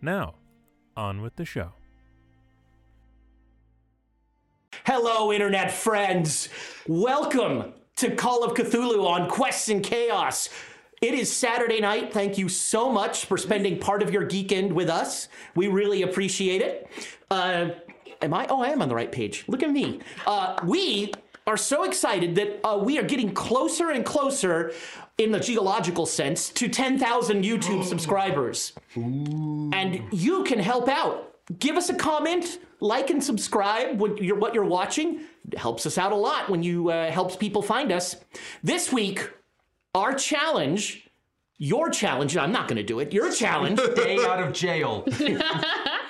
Now, on with the show. Hello, internet friends. Welcome to Call of Cthulhu on Quests and Chaos. It is Saturday night. Thank you so much for spending part of your geek end with us. We really appreciate it. Uh, am I? Oh, I am on the right page. Look at me. Uh, we are so excited that uh, we are getting closer and closer, in the geological sense, to 10,000 YouTube subscribers. And you can help out. Give us a comment, like and subscribe when you're, what you're watching. It helps us out a lot when you uh, helps people find us. This week, our challenge, your challenge, I'm not going to do it, your challenge. day out of jail.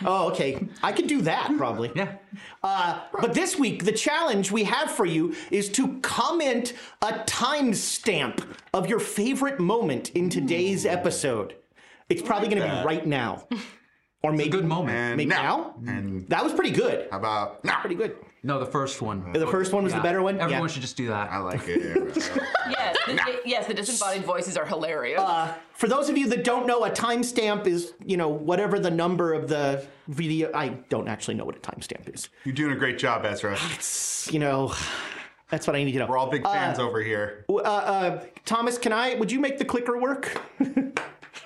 oh, okay. I could do that probably. Yeah. Uh, but this week, the challenge we have for you is to comment a timestamp of your favorite moment in today's episode. It's probably going to be right now, or maybe Good moment. maybe now. That was pretty good. How about now? Pretty good. No, the first one. The first one was the better one. Everyone yeah. should just do that. I like it. Yes, the, yes, the disembodied voices are hilarious. For those of you that don't know, a timestamp is you know whatever the number of the video. I don't actually know what a timestamp is. You're doing a great job, Ezra. You know, that's what I need to know. We're all big fans over here. uh, uh, Thomas, can I? Would you make the clicker work?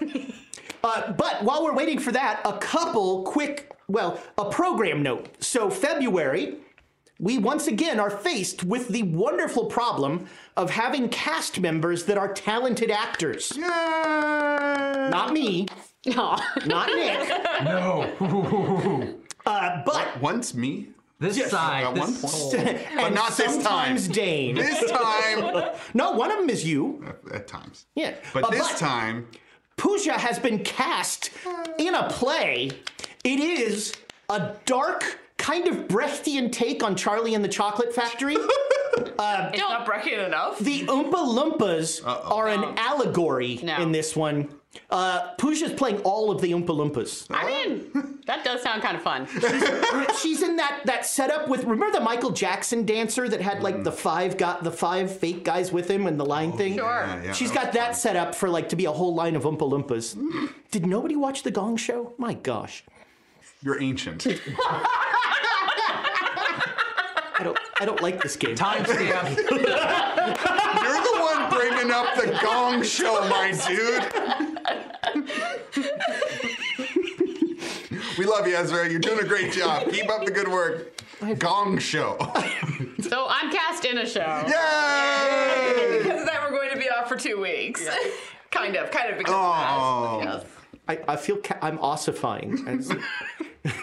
uh, but while we're waiting for that, a couple quick, well, a program note. So February, we once again are faced with the wonderful problem of having cast members that are talented actors. Not me, not Nick, No. uh, but Once me, this at side. one This point. soul. and not this time. sometimes Dane. this time, No, one of them is you. at times. Yeah, But Uh, this time, Pooja has been cast in a play. It is a dark, kind of Brechtian take on Charlie and the Chocolate Factory. it's not Breckian enough. the Oompa Loompas are an allegory No. in this one. Uh, Pooja's playing all of the Oompa Loompas. I mean, that does sound kind of fun. She's in that that setup with remember the Michael Jackson dancer that had like the five got the five fake guys with him and the line thing. Sure. Mm. Oh, yeah, yeah, She's got that set up for like to be a whole line of Oompa Loompas. Did nobody watch the Gong Show? My gosh. you're ancient. I don't I don't like this game. Timestamp. You're the one bringing up the Gong Show, my dude. we love you, Ezra. You're doing a great job. Keep up the good work. Gong Show. So I'm cast in a show. Yay! Because of that, we're going to be off for two weeks. kind of, kind of. Because Oh. of that. Yes. I, I feel ca- I'm ossifying. It's-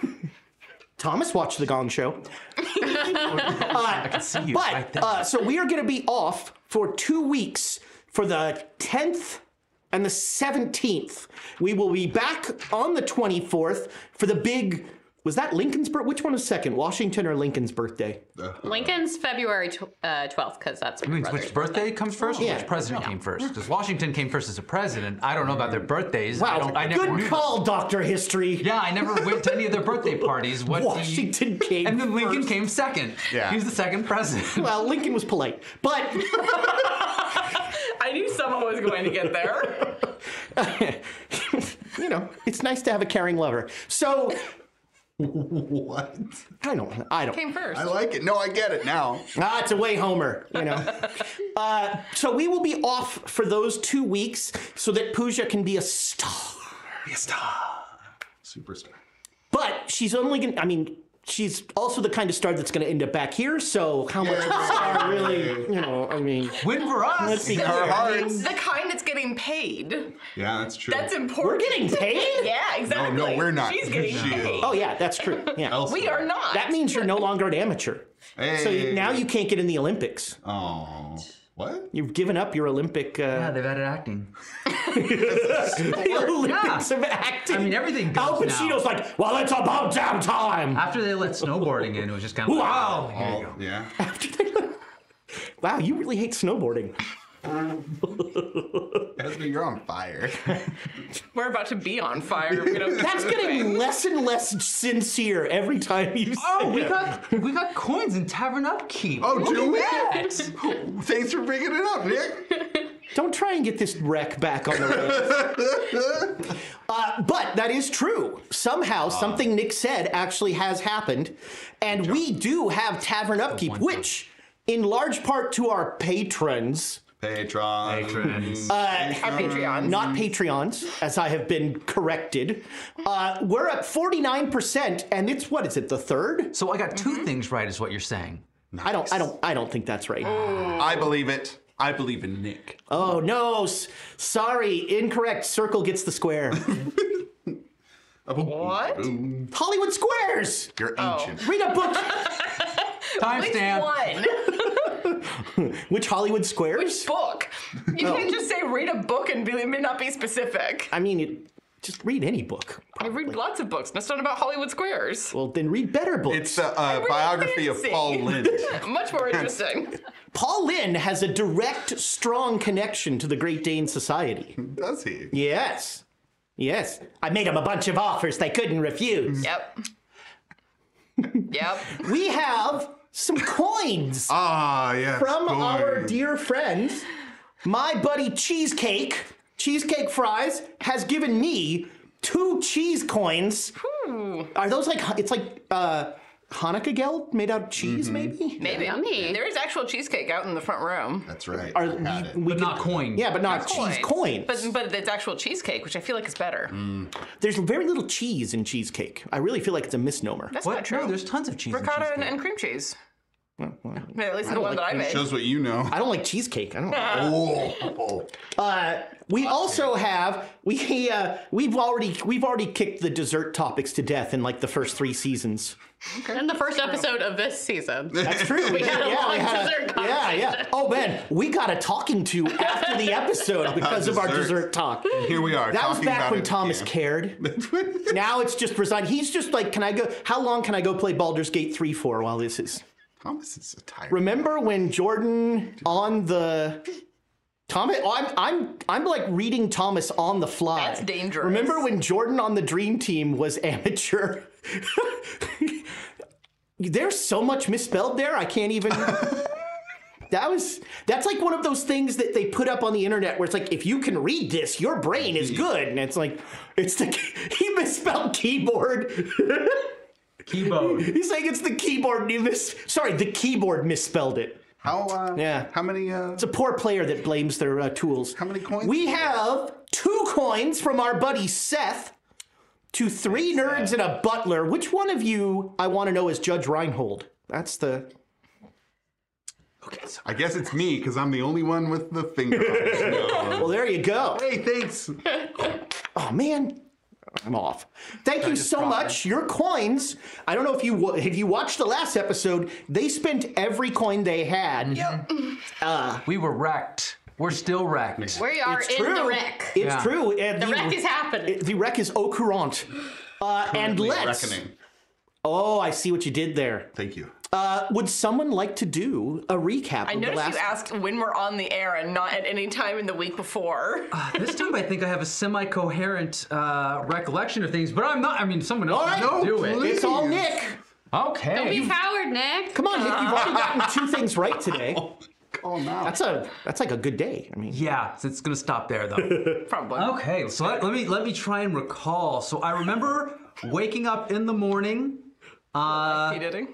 Thomas watched the Gong Show. See you right But there. uh, so we are going to be off for two weeks for the 10th and the 17th. We will be back on the 24th for the big. Was that Lincoln's birth? Which one was second, Washington or Lincoln's birthday? Lincoln's February tw- uh, 12th, because that's I my mean, brother. which birthday comes first? Yeah. Which president came first? Because Washington came first as a president. I don't know about their birthdays. I Wow, don't, I never good knew- call, Doctor History. Yeah, I never went to any of their birthday parties. What do you- Washington came And then Lincoln first. came second. Yeah. He was the second president. Well, Lincoln was polite, but I knew someone was going to get there. you know, it's nice to have a caring lover. So What? I don't. I don't. Came first. I like it. No, I get it now. Ah, it's away, Homer. You know. uh, so we will be off for those two weeks so that Pooja can be a star. Superstar. But she's only gonna. I mean, she's also the kind of star that's gonna end up back here. So how much of a star really? You know. I mean, Win for us. let's see. Her heart. the kind that's getting paid. Yeah, that's true. Oh, That's We're important. getting paid. yeah, exactly. no, we're not. She's getting She is. paid. Oh yeah, that's true. Yeah. We are not. That means you're no longer an amateur. So Hey. you, now you can't get in the Olympics. Oh. What? You've given up your Olympic. Yeah, Uh, they've added acting. the Olympics of acting. I mean, everything Al goes now. Pacino's like, well, it's about damn time. After they let snowboarding in, it was just kind of Wow. Here you go. Oh, yeah. Wow, you really hate snowboarding. Esme, you're on fire. We're about to be on fire. We don't That's getting less and less sincere every time you say Oh, we it. got we got coins in Tavern Upkeep. Oh, do we? that. Thanks for bringing it up, Nick. Don't try and get this wreck back on the road. uh, but that is true. Somehow, Uh. something Nick said actually has happened. And we do have Tavern Upkeep, which, in large part to our patrons, Patron. Patrons. our Patreon. not Patreons, as I have been corrected, uh, we're at 49%, and it's what is it, the third? so I got 2 Mm-hmm. things right, is what you're saying. I don't, I don't, I don't think that's right. I believe it. I believe in Nick. Oh no! S- sorry, incorrect. Circle gets the square. What? Hollywood Squares. You're Oh. ancient. Read a book. Which Timestamp. one? Which Hollywood Squares? Book. You can't just say read a book and be, may not be specific. I mean, it, just read any book. I read lots of books. That's not about Hollywood Squares. Well, then read better books. It's the uh, biography of fancy. Paul Lind. Much more interesting. Paul Lynn has a direct, strong connection to the Great Dane Society. Does he? Yes. Yes. I made him a bunch of offers they couldn't refuse. yep. Yep. We have some coins Ah, yes. from boy. our dear friends, my buddy Cheesecake, Cheesecake Fries, has given me two cheese coins. Are those like it's like uh Hanukkah gel made out of cheese, Mm-hmm. maybe? Maybe. There is actual cheesecake out in the front room. That's right. Are I had we- it. we But could- not coin. yeah, but not cheese coins. Mm. But but it's actual cheesecake, which I feel like is better. There's very little cheese in cheesecake. I really feel like it's a misnomer. That's not What? true. No, there's tons of cheese. in ricotta and, cheesecake. and cream cheese. At least the one that I made. Shows what you know. I don't like cheesecake. I don't. Oh, oh. Uh, we also have we uh, we've already we've already kicked the dessert topics to death in like the first three seasons. And the first episode of this season. That's true. We had a long dessert yeah, yeah. Oh man, we got a talking to after the episode because of our dessert. dessert talk. oh. Here we are. That was talking back about when it Thomas again. cared. now it's just resigned. He's just like, can I go? How long can I go play Baldur's Gate three for while this is? Thomas is so tired. Remember when Jordan on the Thomas? Oh, I'm I'm I'm like reading Thomas on the fly. That's dangerous. Remember when Jordan on the Dream Team was amateur? There's so much misspelled there. I can't even. That was that's like one of those things that they put up on the internet where it's like if you can read this, your brain is good, and it's like it's the he misspelled keyboard. Keyboard. He's saying it's the keyboard. and He mis- sorry, the keyboard misspelled it. How? Uh, Yeah. How many? Uh, It's a poor player that blames their uh, tools. How many coins? We have two coins from our buddy Seth to three nerds and a butler. Which one of you I want to know is Judge Reinhold? That's the I guess it's me because I'm the only one with the finger. on it. well. There you go. hey, thanks. Oh man, I'm off. Thank you so dropped much. Your coins. I don't know if you wa- if you watched the last episode. They spent every coin they had. We were wrecked. We're still wrecked. We are in the wreck. It's Yeah. true. And The wreck is happening. the wreck is au courant. Uh, and let's. Reckoning. Oh, I see what you did there. Thank you. Uh, would someone like to do a recap I of the noticed last? you asked when we're on the air and not at any time in the week before. This time I think I have a semi-coherent uh, recollection of things, but I'm not. I mean, someone else All right. can do it. it's all Nick. Okay. Don't be coward, Nick. Come on, Nick. You've already Uh-huh. gotten two things right today. Oh no. That's a that's like a good day. I mean, Yeah, so it's gonna stop there though. Probably. okay, so let, let me let me try and recall. So I remember waking up in the morning. Uh, He didn't.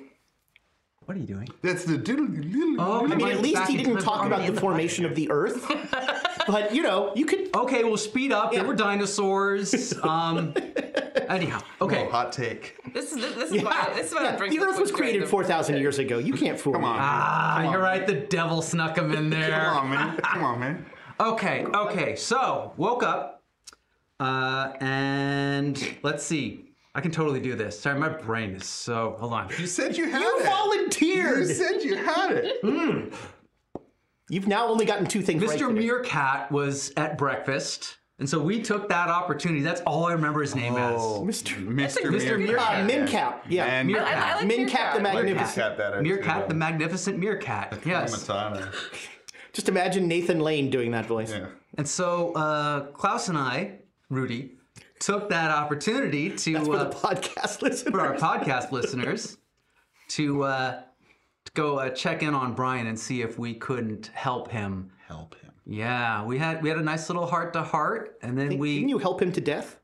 what are you doing? That's the doodle doodle. Oh, I mean, at least back he in didn't time. talk about Already the in formation of the Earth. but you know, you could. Okay, we'll speed up. There were dinosaurs. Um, anyhow, okay. hot take. This is this, is why this is why I'm drinking. The Earth was created four thousand years ago. You can't fool me. Come on. Ah, you're right. The devil snuck him in there. Come on, man. Come on, man. Okay, okay. So woke up, uh, and let's see. I can totally do this. Sorry, my brain is so. Hold on. You said you had You it. volunteered. You said you had it. You've now only gotten two things right. Mr. today. Meerkat was at breakfast, and so we took that opportunity. That's all I remember his name as. Mr. That's a Mr. good Oh, Meerkat. one. Uh, Mincap, yeah. And I, I like Min your Cap cat. the Magnificent. Meerkat that Meerkat, the magnificent Meerkat. Yes. Matana. Just imagine Nathan Lane doing that voice. Yeah. And so uh, Klaus and I, Rudy, took that opportunity to For the uh, podcast listeners. for our podcast listeners to uh, to go uh, check in on Brian and see if we couldn't help him. Help him. Yeah, we had we had a nice little heart to heart, and then Didn't we you help him to death?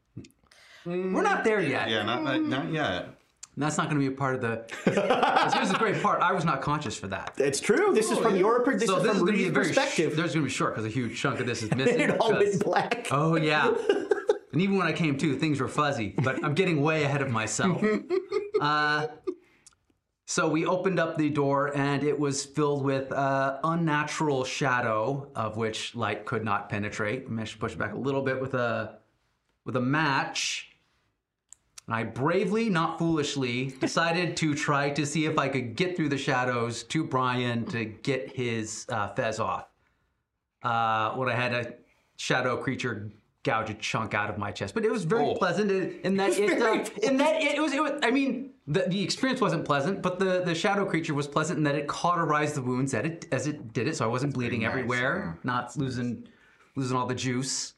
we're not there yet. Yeah, not, not, not yet. And That's not going to be a part of the. 'Cause here's the great part: I was not conscious for that. It's true. This is from your per- this so is from this is going to be Rudy's a very sh- perspective. there's going to be short because a huge chunk of this is missing. it all because- went black. Oh yeah. and even when I came to, things were fuzzy. But I'm getting way ahead of myself. Uh, so we opened up the door, and it was filled with uh, unnatural shadow, of which light could not penetrate. I managed to push back a little bit with a with a match. And I bravely, not foolishly, decided to try to see if I could get through the shadows to Brian to get his uh, fez off. Uh, when I had a shadow creature gouge a chunk out of my chest, but it was very pleasant. In in that, Oh. it, uh, in that it, it was, it was. I mean, the, the experience wasn't pleasant, but the, the shadow creature was pleasant in that it cauterized the wounds that it as it did it, so I wasn't bleeding everywhere, not losing losing all the juice.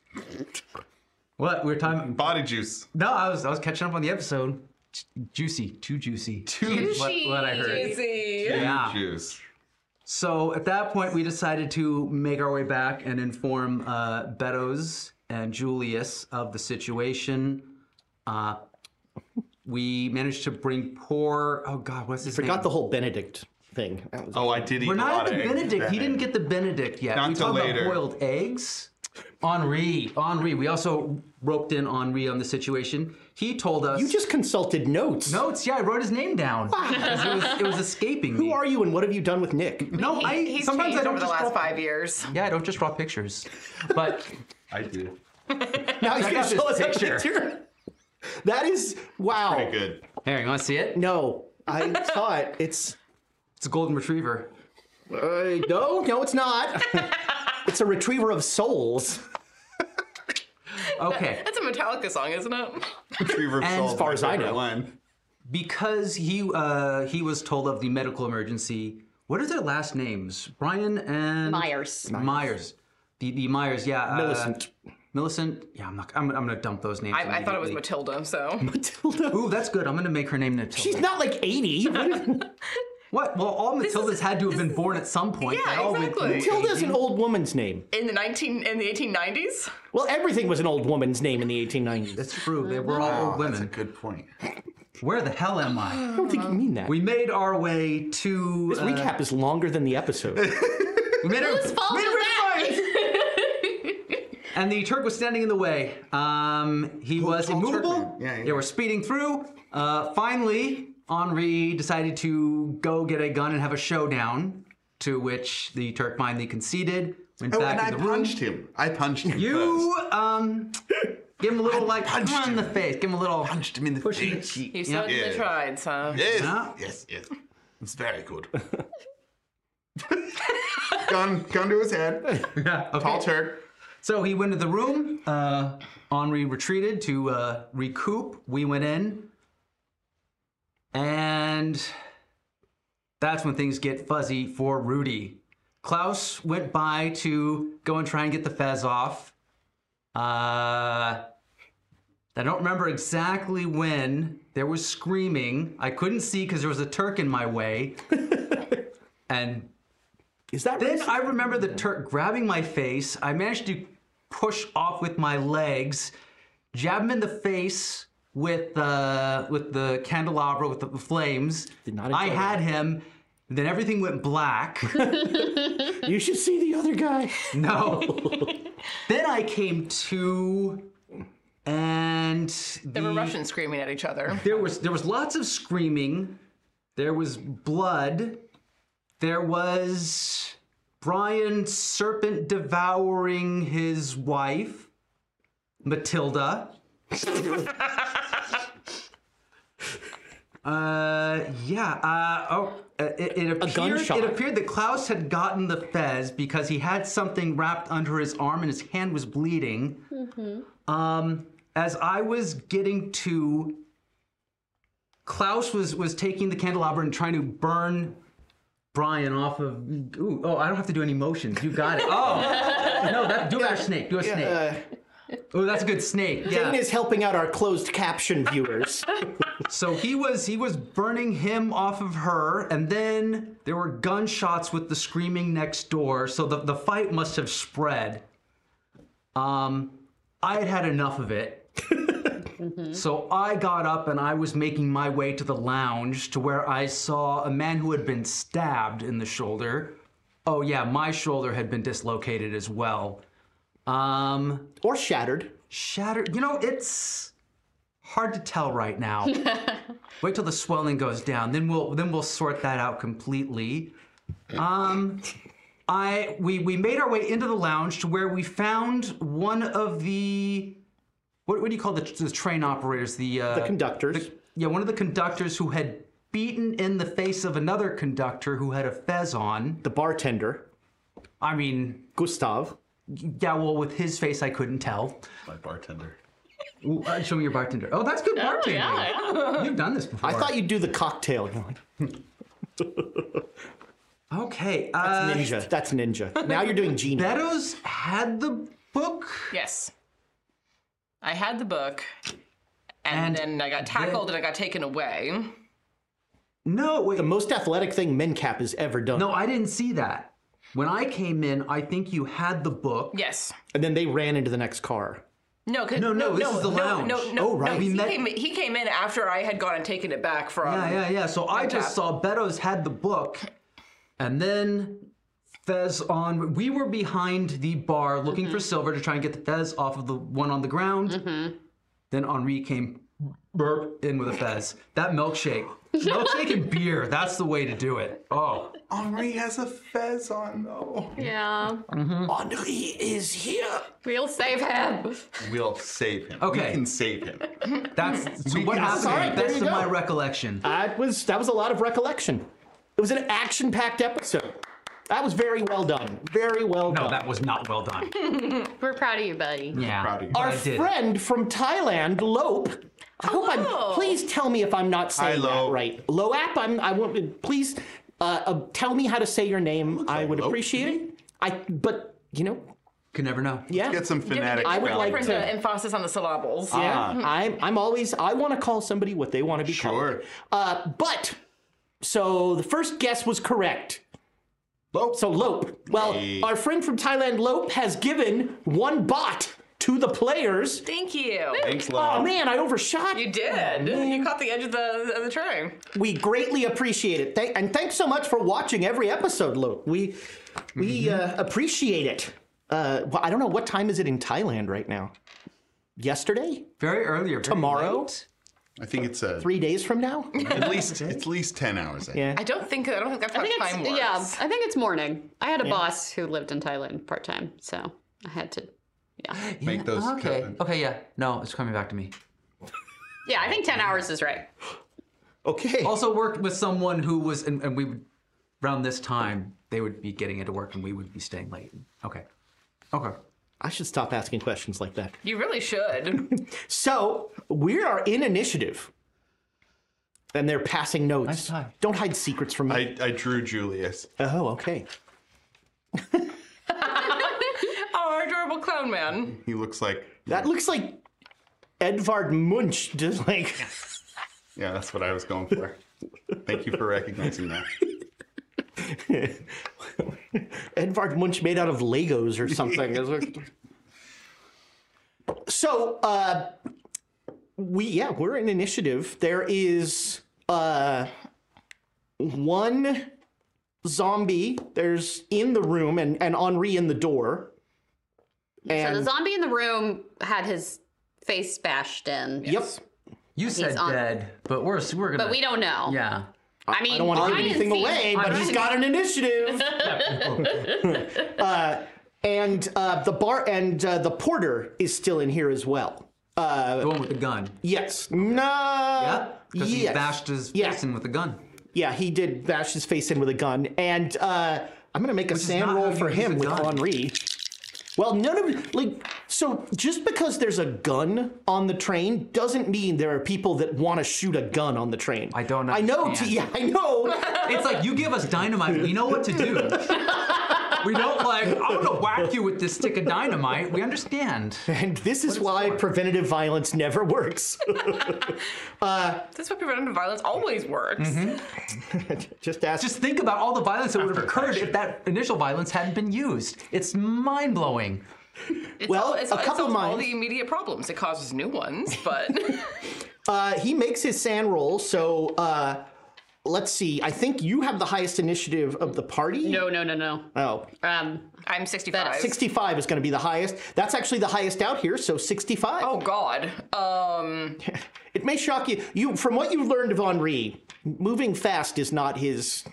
What we were talking. Body juice. No, I was I was catching up on the episode. Ju- Juicy, too juicy. Too Juicy. What, what I heard. Easy. Yeah. Juice. So at that point, we decided to make our way back and inform uh, Beddoes and Julius of the situation. Uh, we managed to bring poor. Oh God, what's his name? Forgot the whole Benedict thing. That was Oh, I did eat We're a not lot at the of eggs Benedict. He then. didn't get the Benedict yet. Not we till talked later. about boiled eggs. Henri, Henri. We also roped in Henri on the situation. He told us You just consulted notes. notes. Yeah, I wrote his name down. 'Cause it, was, it was escaping me. Who are you and what have you done with Nick? No, I He's sometimes changed I don't over the just last draw, five years. Yeah, I don't just draw pictures. But I did. Now he's Check going out to show us this a picture. picture. That is wow. Pretty good. here, you want to see it? No, I saw it. It's It's a golden retriever. uh, no, no, it's not. it's a retriever of souls. Okay, That's a Metallica song, isn't it? Retriever of And as Souls, far my as I favorite know. line. because he uh, he was told of the medical emergency. What are their last names? Brian and Myers. Myers. The, the Myers, yeah. uh, Millicent. Millicent. Yeah, I'm not. I'm, I'm gonna dump those names. I, I thought it was immediately. Matilda, so. Matilda. Ooh, that's good. I'm gonna make her name Matilda. She's not like 80. What if- what? Well, all Matildas is- had to have been born at some point. Yeah, They all went exactly. through Matilda's aging. an old woman's name. In the 19, in the 1890s? Well, everything was an old woman's name in the 1890s. I That's true. They were Ah, all old women. good point. Where the hell am I? don't think you mean that. Uh, We made our way to. this uh, recap is longer than the episode. we made our, Whose fault made is our way- that? And the Turk was standing in the way. Um, he was tall Turk immovable. man. Yeah, yeah. They were speeding through. Uh, finally, Henri decided to go get a gun and have a showdown. To which the Turk finally conceded. Went Oh, back and I in the room. punched him. I punched him. You um, give him a little like punched on him. the face. Give him a little. first. punched him in the Push him. face. You Yeah. certainly Yeah. tried, so. Yes, Yeah. yes, yes. It's very good. gun, gun to his head. Tall Turk. So he went to the room. Uh, Henri retreated to uh, recoup. We went in. And that's when things get fuzzy for Rudy. Klaus went by to go and try and get the fez off. Uh, I don't remember exactly when. There was screaming. I couldn't see because there was a Turk in my way. and Is that then racist? I remember the Turk grabbing my face. I managed to push off with my legs, jab him in the face with uh, with the candelabra with the flames. Did not enjoy I had him. Then everything went black. You should see the other guy. no. then I came to, and There were Russians screaming at each other. there was there was lots of screaming. There was blood. There was Brian serpent devouring his wife, Matilda. uh, Uh, yeah. Uh, oh, uh, it, it appeared. gunshot. It appeared that Klaus had gotten the fez because he had something wrapped under his arm and his hand was bleeding. Um, as I was getting to, Klaus was was taking the candelabra and trying to burn Brian off of. Ooh, oh, I don't have to do any motions. You got it. Oh, no, that, do a snake. Do a snake. oh, that's a good snake. Yeah. Jane is helping out our closed caption viewers. So he was he was burning him off of her, and then there were gunshots with the screaming next door. So the, the fight must have spread. Um, I had had enough of it. So I got up and I was making my way to the lounge to where I saw a man who had been stabbed in the shoulder. Oh yeah, my shoulder had been dislocated as well. Um, or shattered. Shattered. You know, it's hard to tell right now. Wait till the swelling goes down, then we'll then we'll sort that out completely. Um, I we we made our way into the lounge to where we found one of the what, what do you call the, the train operators? The uh, The conductors. yeah, one of the conductors who had beaten in the face of another conductor who had a fez on. The bartender, I mean, Gustav. yeah, well, with his face, I couldn't tell. My bartender. Ooh, uh, show me your bartender. Oh, that's good bartending. You've done this before. I thought you'd do the cocktail. Okay. Uh, Ninja. That's ninja. Now you're doing genius. Beddoes had the book. Yes. I had the book, And and, then I got tackled and I got taken away. No, wait. the most athletic thing MenCap has ever done. no, I didn't see that. When I came in, I think you had the book. Yes. And then they ran into the next car. No, 'cause- No, no, this is the no, lounge. No, no, Oh, right. no, We he, met- came, he came in after I had gone and taken it back from. Yeah, yeah, yeah. So I just saw Beddoes had the book, and then Fez on. We were behind the bar looking Mm-hmm. for Silver to try and get the Fez off of the one on the ground. Then Henri came burp in with a Fez. That milkshake. Milkshake and beer. That's the way to do it. Oh. Henri has a fez on though. Yeah. Mm-hmm. Henri is here. We'll save him. We'll save him. Okay. We can save him. That's so what can- happened. to Sorry, the there best you of go. my recollection. That was that was a lot of recollection. It was an action-packed episode. That was very well done. Very well no, done. that was not well done. We're proud of you, buddy. Yeah. Proud of you. but Our I did. friend from Thailand, Lope. I hope I'm. Hello. Please tell me if I'm not saying Hi, that Lope. right. Loap. I'm. I want. Please, uh, uh, tell me how to say your name. I would Lope to appreciate it. I. But you know. Can never know. Yeah. Get some fanatic. I would spelling. like Put to- the emphasis on the syllables. Ah. Yeah, I'm, I'm always, I want to call somebody what they want to be Sure. called. Uh, but, so the first guess was correct. Lope. So Lope. Well, our friend from Thailand, Lope, has given one bot to the players. Thank you. Thanks, Oh love. man, I overshot. You did. Mm. you caught the edge of the of the train. We greatly appreciate it. Thank, and thanks so much for watching every episode, Lope. We, we uh, appreciate it. Uh, well, I don't know what time is it in Thailand right now. Yesterday, Very earlier. very tomorrow, late. I think it's a, three days from now. at least it's at least ten hours. I I don't think I don't think that's how I think time it's, works. yeah, I think it's morning. I had a boss who lived in Thailand part time, so I had to. Yeah. think. Make those. Okay. Okay. Yeah. No, it's coming back to me. Yeah, I think 10 Mm-hmm. hours is right. Okay. Also worked with someone who was, and, and we would around this time they would be getting into work, and we would be staying late. Okay. Okay. I should stop asking questions like that. You really should. So we are in initiative. And they're passing notes. Nice time. Don't hide secrets from me. I, I drew Julius. oh, okay. Our Oh, adorable clown man. He looks like. That looks like Edvard Munch, just like Yeah, that's what I was going for. Thank you for recognizing that. Edvard Munch made out of Legos or something. It's like- so uh, we yeah we're in initiative. There is uh, one zombie. There's in the room and and Henri in the door. So the And zombie in the room had his face bashed in. yep, You said on- dead, but we're we're gonna. But we don't know. Yeah. I mean, I don't want to give Ryan anything seems- away, but he's Ryan- got an initiative. uh, and uh, the bar and uh, the porter is still in here as well. the one with the gun. Yes. No. Yeah, because he yes. bashed his Yeah. face in with a gun. Yeah, he did bash his face in with a gun, and uh, I'm gonna make a is sand not roll how you for use him a with gun. Henri. Well, none of like so just because there's a gun on the train doesn't mean there are people that want to shoot a gun on the train. I don't I know. understand. T- yeah, I know. It's like you give us dynamite, we know what to do. We don't like. I'm gonna whack you with this stick of dynamite. We understand. and this is why preventative violence never works. That's why preventative violence always works. Mm-hmm. just ask. Just think about all the violence that would have occurred if that initial violence hadn't been used. It's mind blowing. It Well, sol- it sol- a it couple solves all mines- the immediate problems. It causes new ones, but Uh, he makes his sand roll. So uh, let's see. I think you have the highest initiative of the party. No, no, no, no. Oh. Um, I'm 65. 65 is going to be the highest. That's actually the highest out here, so 65. Oh God. Um, It may shock you. You from what you learned of Henri, moving fast is not his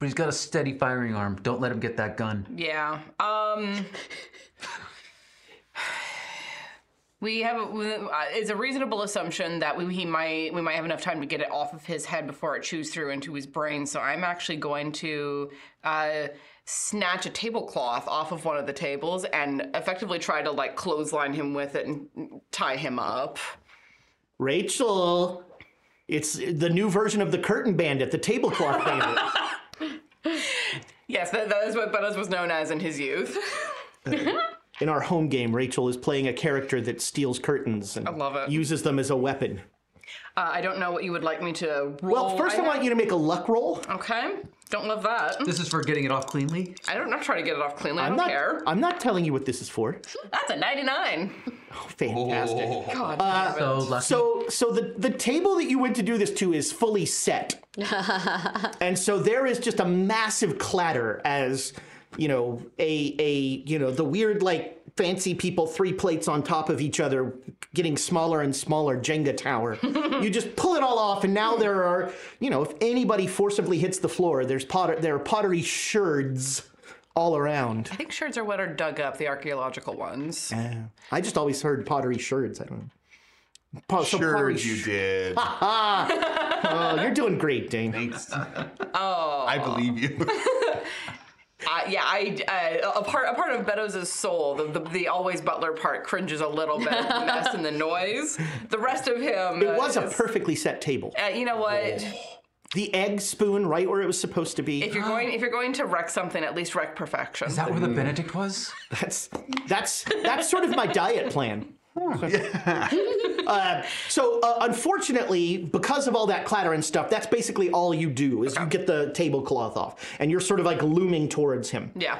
But he's got a steady firing arm. Don't let him get that gun. yeah. Um, we have. uh, It's a reasonable assumption that we he might we might have enough time to get it off of his head before it chews through into his brain. So I'm actually going to. Uh, snatch a tablecloth off of one of the tables and effectively try to like clothesline him with it and tie him up. Rachel. It's the new version of the curtain bandit, the tablecloth bandit. Yes, that, that is what Butters was known as in his youth. In our home game, Rachel is playing a character that steals curtains and love it. uses them as a weapon. Uh, I don't know what you would like me to roll. Well, first I, want you to make a luck roll. Okay. Don't love that. This is for getting it off cleanly. I don't. I'm trying to get it off cleanly. I I'm don't not care. I'm not telling you what this is for. That's a 99. Oh. Fantastic. God. Oh. So lucky. So so the the table that you went to do this to is fully set. and so there is just a massive clatter as you know a a you know the weird like fancy people three plates on top of each other getting smaller and smaller Jenga tower. you just pull it all off and now there are you know if anybody forcibly hits the floor there's potter there are pottery sherds all around. I think sherds are what are dug up, the archaeological ones. Uh, I just always heard pottery sherds. I don't know. Po- so Sure, pottery you did. Oh, you're doing great, Dane. Thanks. I believe you. Uh, yeah, I uh, a part a part of Beddoes' soul, the, the the always butler part, cringes a little bit at the mess and the noise. The rest of him. It was a perfectly set table. Uh, you know what? The egg spoon right where it was supposed to be. If you're going if you're going to wreck something, at least wreck perfection. is that where the Benedict was? That's that's that's sort of my diet plan. Hmm. Uh, so uh, unfortunately, because of all that clatter and stuff, that's basically all you do is you get the tablecloth off, and you're sort of like looming towards him. Uh, yeah.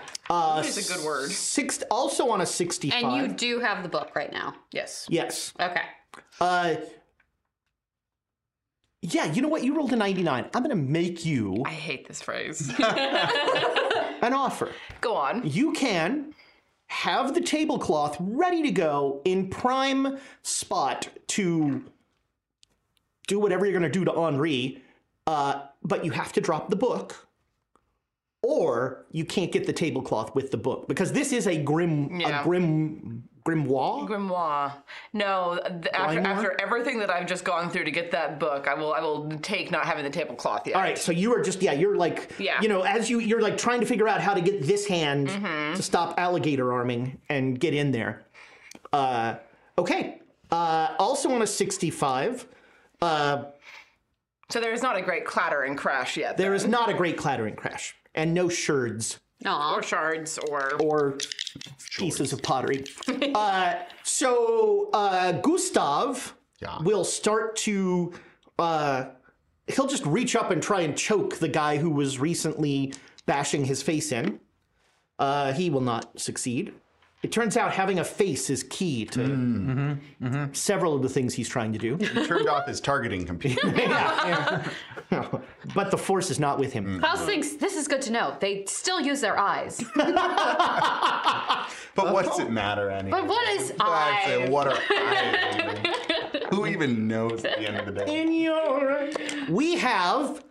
It's a good word. Six, also on a sixty-five. and you do have the book right now. Yes. yes. Okay. Uh, yeah, you know what? You rolled a ninety-nine. I'm gonna make you I hate this phrase. an offer. Go on. you can have the tablecloth ready to go in prime spot to do whatever you're going to do to Henri, uh, but you have to drop the book. Or you can't get the tablecloth with the book because this is a grim, Yeah. a grim, grimoire. Grimoire. No, th- after, Grimoire? after everything that I've just gone through to get that book, I will I will take not having the tablecloth yet. All right, so you are just yeah, you're like Yeah. you know, as you you're like trying to figure out how to get this hand to stop alligator arming and get in there. Uh, okay. Uh, also on a 65, uh, So there is not a great clatter and crash yet. there is not a great clattering crash and no sherds or Aw. shards or or pieces of pottery. uh, so uh, Gustav Yeah. will start to. Uh, he'll just reach up and try and choke the guy who was recently bashing his face in. Uh, he will not succeed. It turns out having a face is key to several of the things he's trying to do, He turned off his targeting computer. but the force is not with him. Klaus thinks this is good to know. They still use their eyes. But what's it matter anyway? But what is I'd I? say, what are I? doing? Who even knows at the end of the day? In your- We have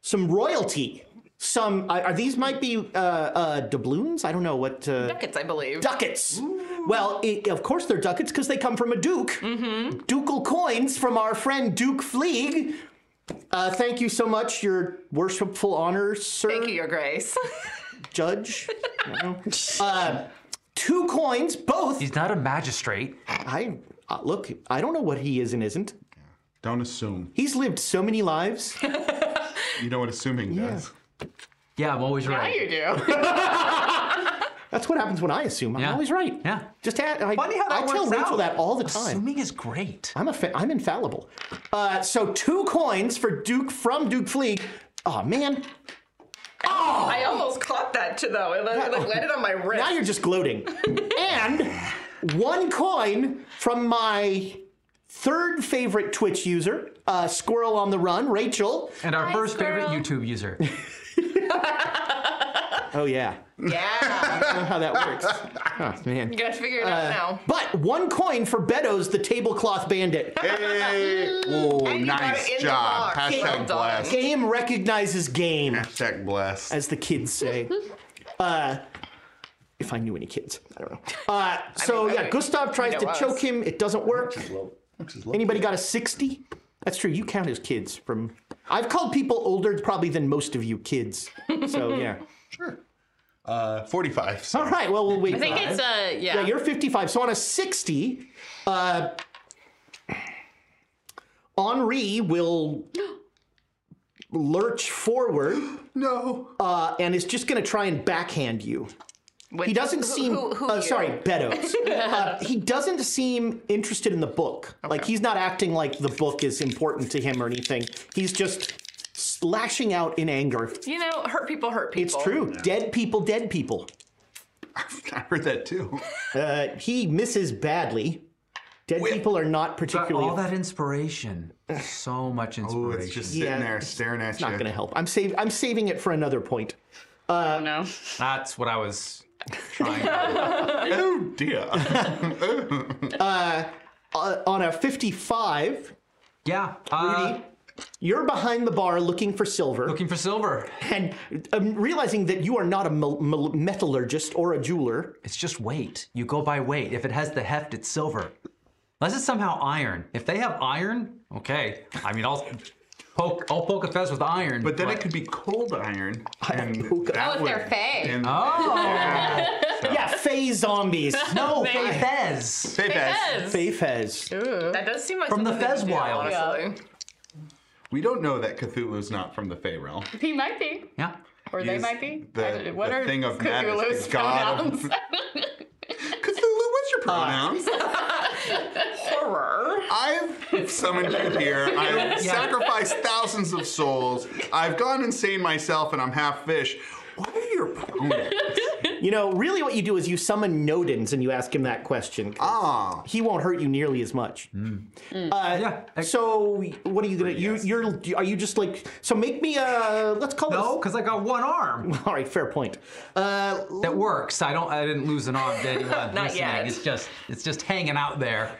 some royalty. Some are are these might be uh, uh, doubloons? I don't know what uh, ducats, I believe. ducats. Well, it, of course they're ducats because they come from a duke. Mm-hmm. Ducal coins from our friend Duke Fleeg. Uh, thank you so much, your worshipful honor, sir, Thank you, Your Grace. judge. I don't know. uh, two coins, both. He's not a magistrate. I uh, look. I don't know what he is and isn't. Don't assume. He's lived so many lives. You know what assuming does. Yeah, I'm always now right. you do. That's what happens when I assume. I'm Yeah. always right. Yeah. Just a- I, Funny how that I tell works Rachel out. that all the time. Assuming is great. I'm a fa- I'm infallible. Uh, so two coins for Duke from Duke Fleeg. Oh man, I almost caught that too, though. It like, like, landed on my wrist. now you're just gloating. and one coin from my third favorite Twitch user, uh, Squirrel on the Run, Rachel. And our first favorite squirrel. YouTube user. Oh yeah, yeah. I don't know how that works. Oh man. You gotta figure it out now. But one coin for Beddoes, the tablecloth bandit. Hey! Ooh, And you got nice it in the job. box. Well Hashtag done. blessed. Game recognizes game. Hashtag blessed. as the kids say. uh, if I knew any kids, I don't know. Uh, so mean, yeah, I- Gustav tries know to us. choke him. It doesn't work. Anybody got a sixty? That's true. You count as kids. From I've called people older probably than most of you kids. So yeah. Uh, 45. All right. Well, we'll wait. I think it's uh yeah. Yeah, you're 55. So on a 60, uh, Henri will lurch forward No. uh, and is just going to try and backhand you. With- He doesn't who- seem. Who, who uh, you? sorry, Beddoes. uh, he doesn't seem interested in the book. Like he's not acting like the book is important to him or anything. He's just lashing out in anger. You know, hurt people hurt people. It's true. Dead people, dead people. I heard that too. Uh, he misses badly. Dead people are not Got particularly. Uh, all that inspiration. So much Ooh, it's just inspiration. sitting Yeah. there staring at not you. going to help. I'm save. I'm saving it for another point. I don't know. That's what I was trying to Oh dear. Uh, on a 55, Yeah. Uh, you're behind the bar looking for silver. looking for silver. And um, realizing that you are not a mel- mel- metallurgist or a jeweler, It's just weight. You go by weight. If it has the heft, it's silver. Unless it's somehow iron. If they have iron, okay. I mean, I'll poke. I'll poke a fez with iron. But then it could be cold iron. And Oh, God. that Oh, if they're would- fey. and- Oh, yeah, Fey zombies. No, a fez. Hey, Bess, Fey Fez. That does seem like From the something they Fez would do, Wild. honestly. We don't know that Cthulhu's not from the Fey realm. He might be, Yeah. or they Use might be. the- I don't- what the are thing of madness, Cthulhu's the god of- pronouns? Cthulhu, what's your pronouns? Horror. I've summoned you here. I've sacrificed thousands of souls. I've gone insane myself, and I'm half fish. What are your pronouns? You know, really what you do is you summon Nodens and you ask him that question. 'cause Ah, He won't hurt you nearly as much. Hmm. Yeah. Uh, So, what are you gonna? You, you're are you just like? So make me a. Let's call No, because I got one arm. this. All right, fair point. Uh, That works. I don't. I didn't lose an arm to anyone Not listening. yet. It's just. It's just hanging out there.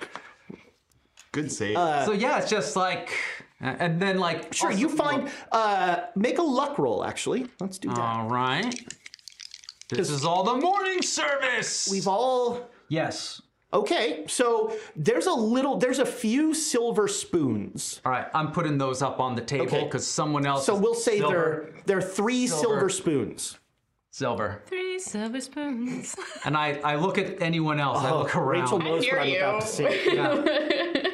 good save. So yeah, it's just like. And then like. Uh, Sure, also- you find uh, make a luck roll. Actually, let's do that. All right. This is all the morning service. We've all yes. okay. So there's a little, there's a few silver spoons. All right, I'm putting those up on the table because Okay. someone else. So is- we'll say silver, there there are three silver, Silver. spoons. silver. Three silver spoons. And I, I look at anyone else. I look around. Oh, Rachel knows hear what I'm you. about to say. Yeah.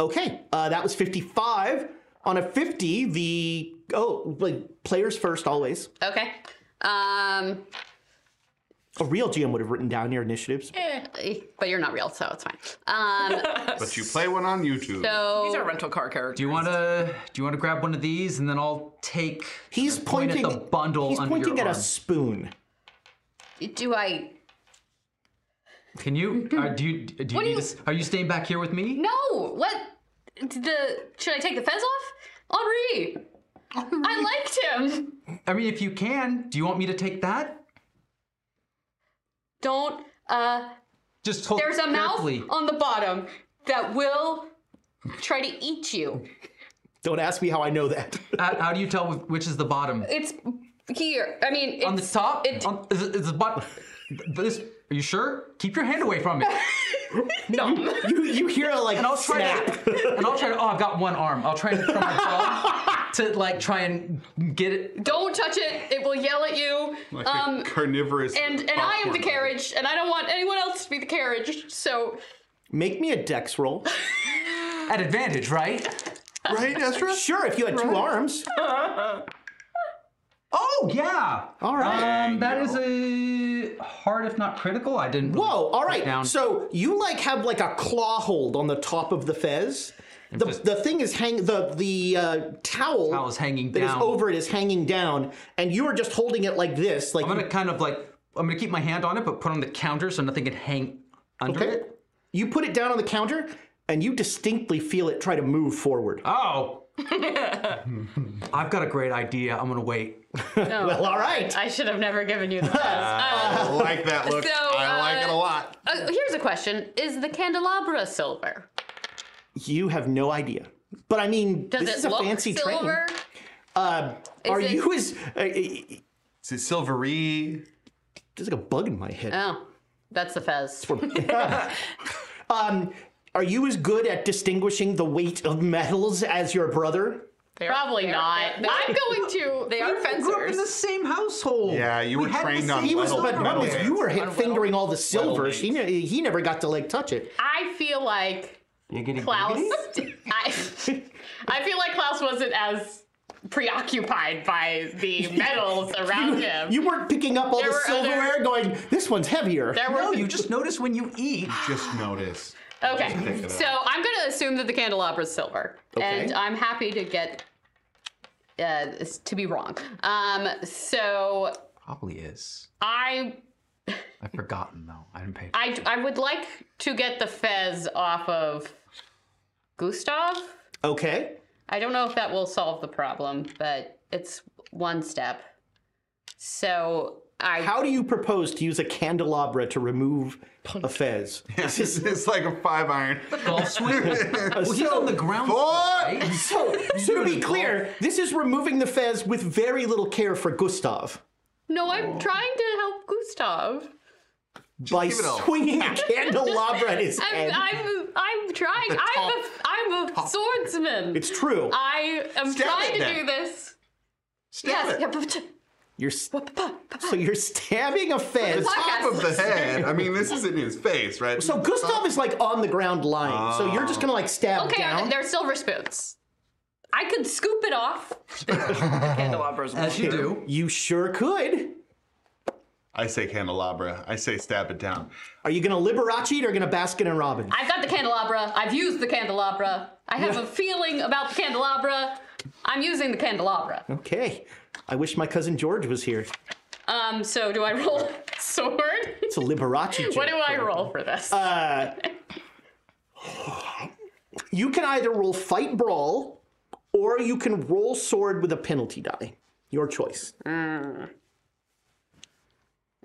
Okay, uh, that was 55. On a 50, the oh, like players first always. Okay. Um A real GM would have written down your initiatives. Eh. but you're not real, so it's fine. Um but you play one on YouTube. so These are rental car characters. Do you want to do you want to grab one of these and then I'll take. He's Point at pointing the bundle He's under pointing your at a arm. spoon. do I Can you? Are, do you? Do Mm-hmm. you do need you- to s- Are you staying back here with me? No! What the should I take the fez off? Henri! I liked him. I mean, if you can, do you want me to take that? Don't uh Just hold there's a mouth carefully. on the bottom that will try to eat you. Don't ask me how I know that. How, how do you tell wh- which is the bottom? It's here. I mean it's on the top? it- on, is, it- is the bottom? This Are you sure? Keep your hand away from me. No. You, you hear a like And I'll try snap. to. And I'll try to. Oh, I've got one arm. I'll try to throw my thumb to like try and get it. Don't touch it. It will yell at you. Like a Um, carnivorous. and and I am the popcorn. carriage, and I don't want anyone else to be the carriage. So Make me a dex roll. At advantage, right? Right, Ezra? Sure, if you had two arms. Oh, yeah. All right. Um, that is a hard, if not critical. I didn't. really Whoa, all right. down. So you like have like a claw hold on the top of the fez. The, just- the thing is hang the the uh, towel Towel is hanging that is down. over it is hanging down, and you are just holding it like this, like I'm gonna kind of like I'm gonna keep my hand on it, but put on the counter so nothing can hang under Okay. it. You put it down on the counter, and you distinctly feel it try to move forward. Oh. I've got a great idea. I'm gonna wait. Well, all right. I should have never given you the fez. Uh, I like that look. So, I like uh, it a lot. uh, here's a question: Is the candelabra silver? You have no idea. But I mean, Does this it is a look fancy silver? train. Uh, are it- you as uh, uh, Is it silvery? there's like a bug in my head. Oh, that's the fez. Um, are you as good at distinguishing the weight of metals as your brother? They are- Probably they are- not. they are- I'm going to. They are We grew up in the fencers. same household. Yeah, you We were had the trained on same- He was the Metal- one metal with you were hit hands. fingering all the silver. Metal He, ne- he never got to like touch it. I feel like Klaus. I, I feel like Klaus wasn't as preoccupied by the medals around him. You weren't picking up all There the were other- silverware, going, "This one's heavier." there were No, you just notice when you eat. Just notice. pick okay. it So I'm gonna assume that the candelabra's silver, and I'm happy to get uh, this- to be wrong. Um, so Probably is. I I've forgotten though. I didn't pay. I I would like to get the fez off of Gustav. Okay. I don't know if that will solve the problem, but it's one step. So I How do you propose to use a candelabra to remove a fez? It's, it's like a five iron. Golf swing. well, he's on the ground. Four! right? So, so to be clear, this is removing the fez with very little care for Gustav No, I'm trying to help Gustav. by give it all. swinging a candelabra at his I'm head. I'm, I'm trying. I'm a I'm a swordsman. it's true. I am Stab trying it to then. do this. Stab yes. it. yeah, but- but- You're s- but- but- but- so you're stabbing a fez. Top of the head. I mean, this is in his face, right? So Gustav is like on the ground lying. so you're just gonna like stab Okay, down. they're silver spoons. I could scoop it off. Candelabras. As you do. You sure could. I say candelabra. I say stab it down. Are you gonna Liberace it or gonna Baskin and Robbins? I've got the candelabra. I've used the candelabra. I have a feeling about the candelabra. I'm using the candelabra. Okay. I wish my cousin George was here. Um, so do I roll sword? It's a Liberace joke. what do I roll for this? Uh, You can either roll fight brawl, or you can roll sword with a penalty die. Your choice. I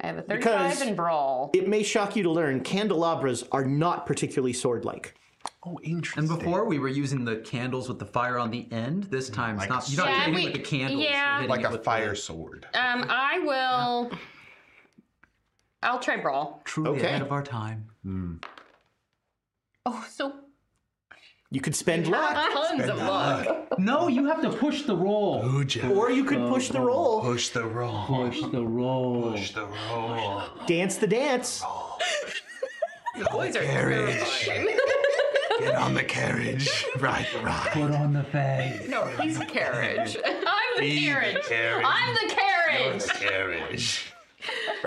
have a 35 because- and brawl. It may shock you to learn candelabras are not particularly sword-like. Oh, interesting. And before we were using the candles with the fire on the end. This time it's not. You're not Yeah, hitting we- it with the candles. yeah. you're hitting like it a with fire sword. Um, I will. I'll try brawl. Truly Okay. ahead of our time. Oh, so You could spend luck, tons of luck. No, you have to push the roll. or you could push the roll, Push the roll. Push the roll. Push the roll. dance the dance. Boys are Carriage. Get on the carriage. Ride the ride. on the face. No, he's a carriage. I'm the Be the carriage. carriage. I'm the carriage. carriage.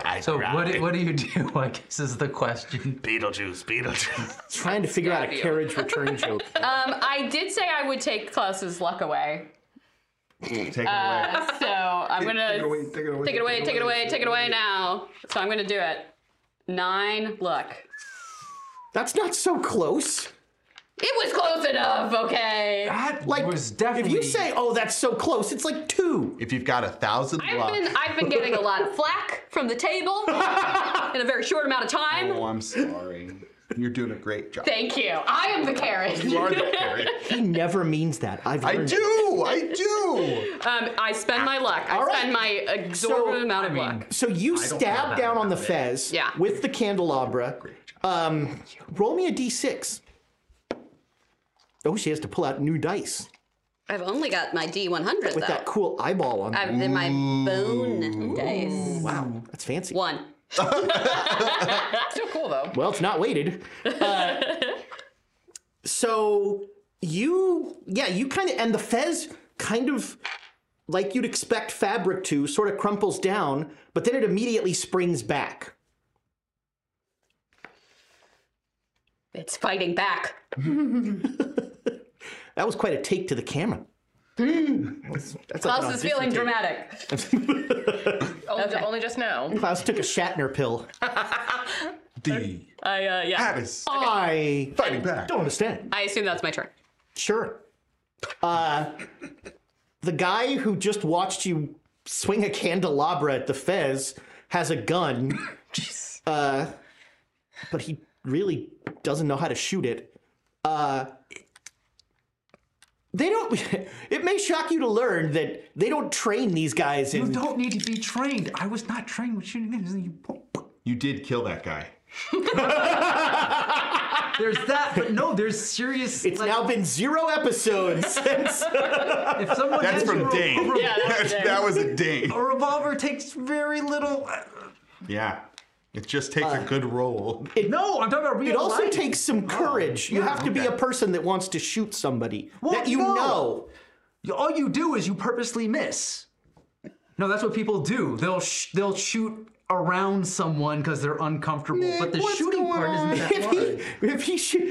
Ride So the ride. what do, what do you do? I guess is the question. Beetlejuice, Beetlejuice. Trying to figure out a carriage return joke. Um, I did say I would take Klaus's luck away. Take it away. So uh, I'm gonna Take it away. Take it away. take it away, take it away, take it away now. So I'm gonna do it. Nine luck. That's not so close. It was close enough, okay. That Like was definitely. If you say, "Oh, that's so close," it's like two. If you've got a thousand I've luck, been I've been getting a lot of flack from the table in a very short amount of time. oh, I'm sorry. You're doing a great job. Thank you. I am the carrot. You are the carrot. He never means that. I've I learned- do. I do. Uh, Um, I spend my luck. I All right. spend my exorbitant So, amount of I mean, luck. So you don't stab have that down on the about it. fez Yeah. with the candelabra. Um, roll me a d6. Oh, she has to pull out new dice I've only got my D100 with though. that cool eyeball on. i there. have then my bone dice. Wow, that's fancy. One. Still cool though. Well, it's not weighted. Uh, so you, yeah, you kind of, and the fez kind of, like you'd expect fabric to, sort of crumples down, but then it immediately springs back. It's fighting back. That was quite a take to the camera. Mm, That's, that's like an Klaus is audition feeling take. dramatic. Only, only just now. Klaus took a Shatner pill. D. I uh, yeah. That is I fighting back. don't understand. I assume that's my turn. Sure. Uh, the guy who just watched you swing a candelabra at the Fez has a gun. Uh, but he really doesn't know how to shoot it. Uh, they don't. It may shock you to learn that they don't train these guys You in. don't need to be trained. I was not trained with shooting things. You po- You did kill that guy. There's that, but no, there's serious. It's now been zero episodes since. if someone has That's a from re- Dane. re- That- that was a Dane. A revolver takes very little. uh, Yeah. It just takes a good roll. No, I'm talking about real It also life. takes some courage. You have to be a person that wants to shoot somebody that you no. know. All you do is you purposely miss. No, that's what people do. They'll sh- they'll shoot around someone because they're uncomfortable. but the what's shooting going part on? isn't that hard. If he, if he shoot,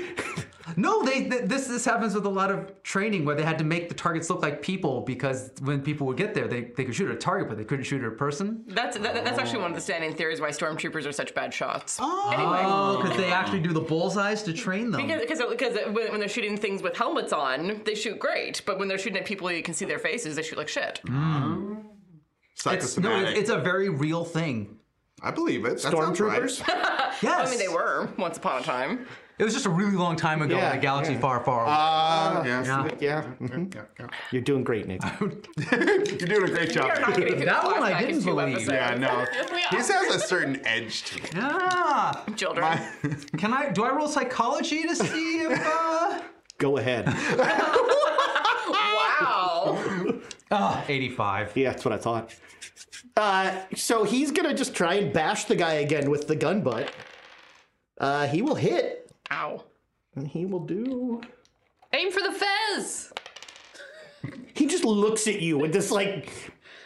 No, they th- this this happens with a lot of training where they had to make the targets look like people because when people would get there, they, they could shoot at a target, but they couldn't shoot at a person. That's that, that's actually one of the standing theories why stormtroopers are such bad shots. Oh, because they actually do the bullseyes to train them. Because because because when, when they're shooting things with helmets on, they shoot great. But when they're shooting at people, you can see their faces. They shoot like shit. it's, no, Psychosomatic. it's, it's a very real thing. I believe it. That sounds right. stormtroopers. Yes, I mean, they were once upon a time. It was just a really long time ago Yeah, Uh, in a galaxy far, far away. Ah, yes. Mm-hmm. yeah, Yeah, yeah. you're doing great, Nick. You're doing a great job. They're not getting through That the one I flashback in didn't two believe. episodes. Yeah, no. we are. This has a certain edge to it. ah, Children. can I? Do I roll psychology to see if? Uh... Go ahead. Wow. Ah, 85. Yeah, that's what I thought. Uh, so he's gonna just try and bash the guy again with the gun butt. Uh, he will hit, Ow. and he will do. Aim for the fez. He just looks at you with this like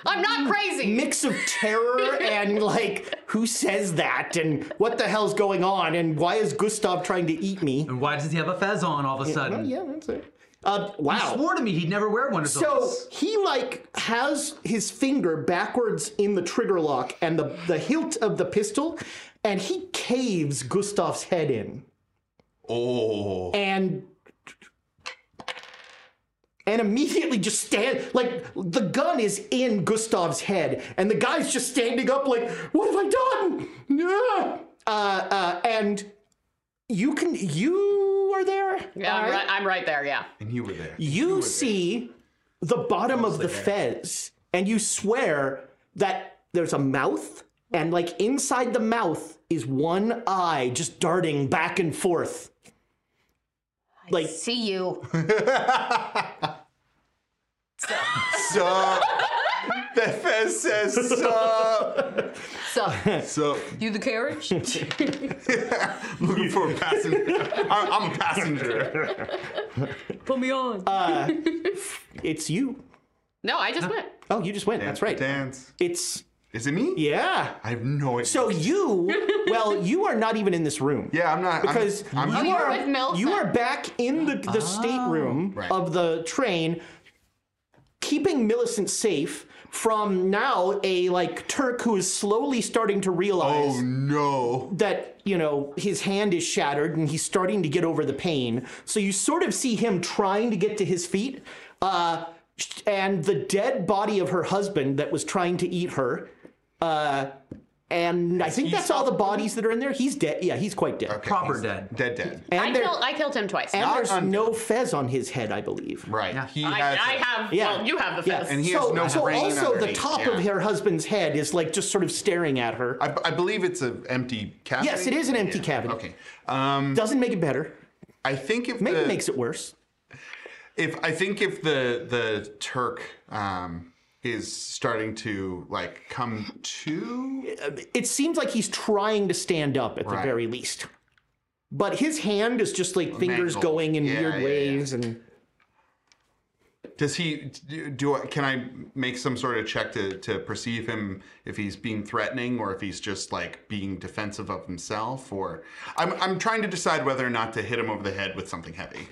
I'm not crazy. mix of terror and like who says that and what the hell's going on and why is Gustav trying to eat me? And why does he have a fez on all of a Well, sudden? yeah, that's it. Uh, He wow. swore to me he'd never wear one of So those. he like has his finger backwards in the trigger lock and the, the hilt of the pistol, and he caves Gustav's head in. Oh. and and immediately just stand like the gun is in Gustav's head, and the guy's just standing up like, "What have I done?" Ah! Uh, uh, and you can you are there. Yeah, I'm All right. right, I'm right there. Yeah. And you were there. You see the bottom of the fez, and you swear that there's a mouth, and like inside the mouth is one eye just darting back and forth. Like See you. So. The fez says, so. So So, You the carriage? looking for a passenger. I'm, I'm a passenger. Put me on. it's you. no, I just went. Oh, you just went. That's right. Dance. It's Is it me? yeah. I have no idea. So you, well, you are not even in this room. yeah, I'm not. I'm- Because I'm, you you're are with Nelson. you are back in the the stateroom Ah, Right. of the train, keeping Millicent safe from now a like Turk who is slowly starting to realize Oh no. that you know his hand is shattered and he's starting to get over the pain so you sort of see him trying to get to his feet uh, and the dead body of her husband that was trying to eat her uh, And I think that's all the bodies that are in there. He's dead. Yeah, he's quite dead. Okay, Proper he's dead. Dead, dead. And, I there- killed, I killed him twice. and Not there's undead. no fez on his head, I believe. Right. He I, has. I have. Yeah. Well, you have the Yeah. fist. And he so, has no so brain also the underneath, top of yeah. her husband's head is like just sort of staring at her. I, I believe it's an empty cavity. Yes, it is an empty cavity. Okay. Um, Doesn't make it better. I think if Maybe the, makes it worse. if I think if the the Turk um, is starting to like come to, It seems like he's trying to stand up at the Right. very least. But his hand is just like fingers Mangled. going in Yeah, weird yeah, yeah. ways and does he do? do I, can I make some sort of check to to perceive him if he's being threatening or if he's just like being defensive of himself? Or I'm I'm trying to decide whether or not to hit him over the head with something heavy.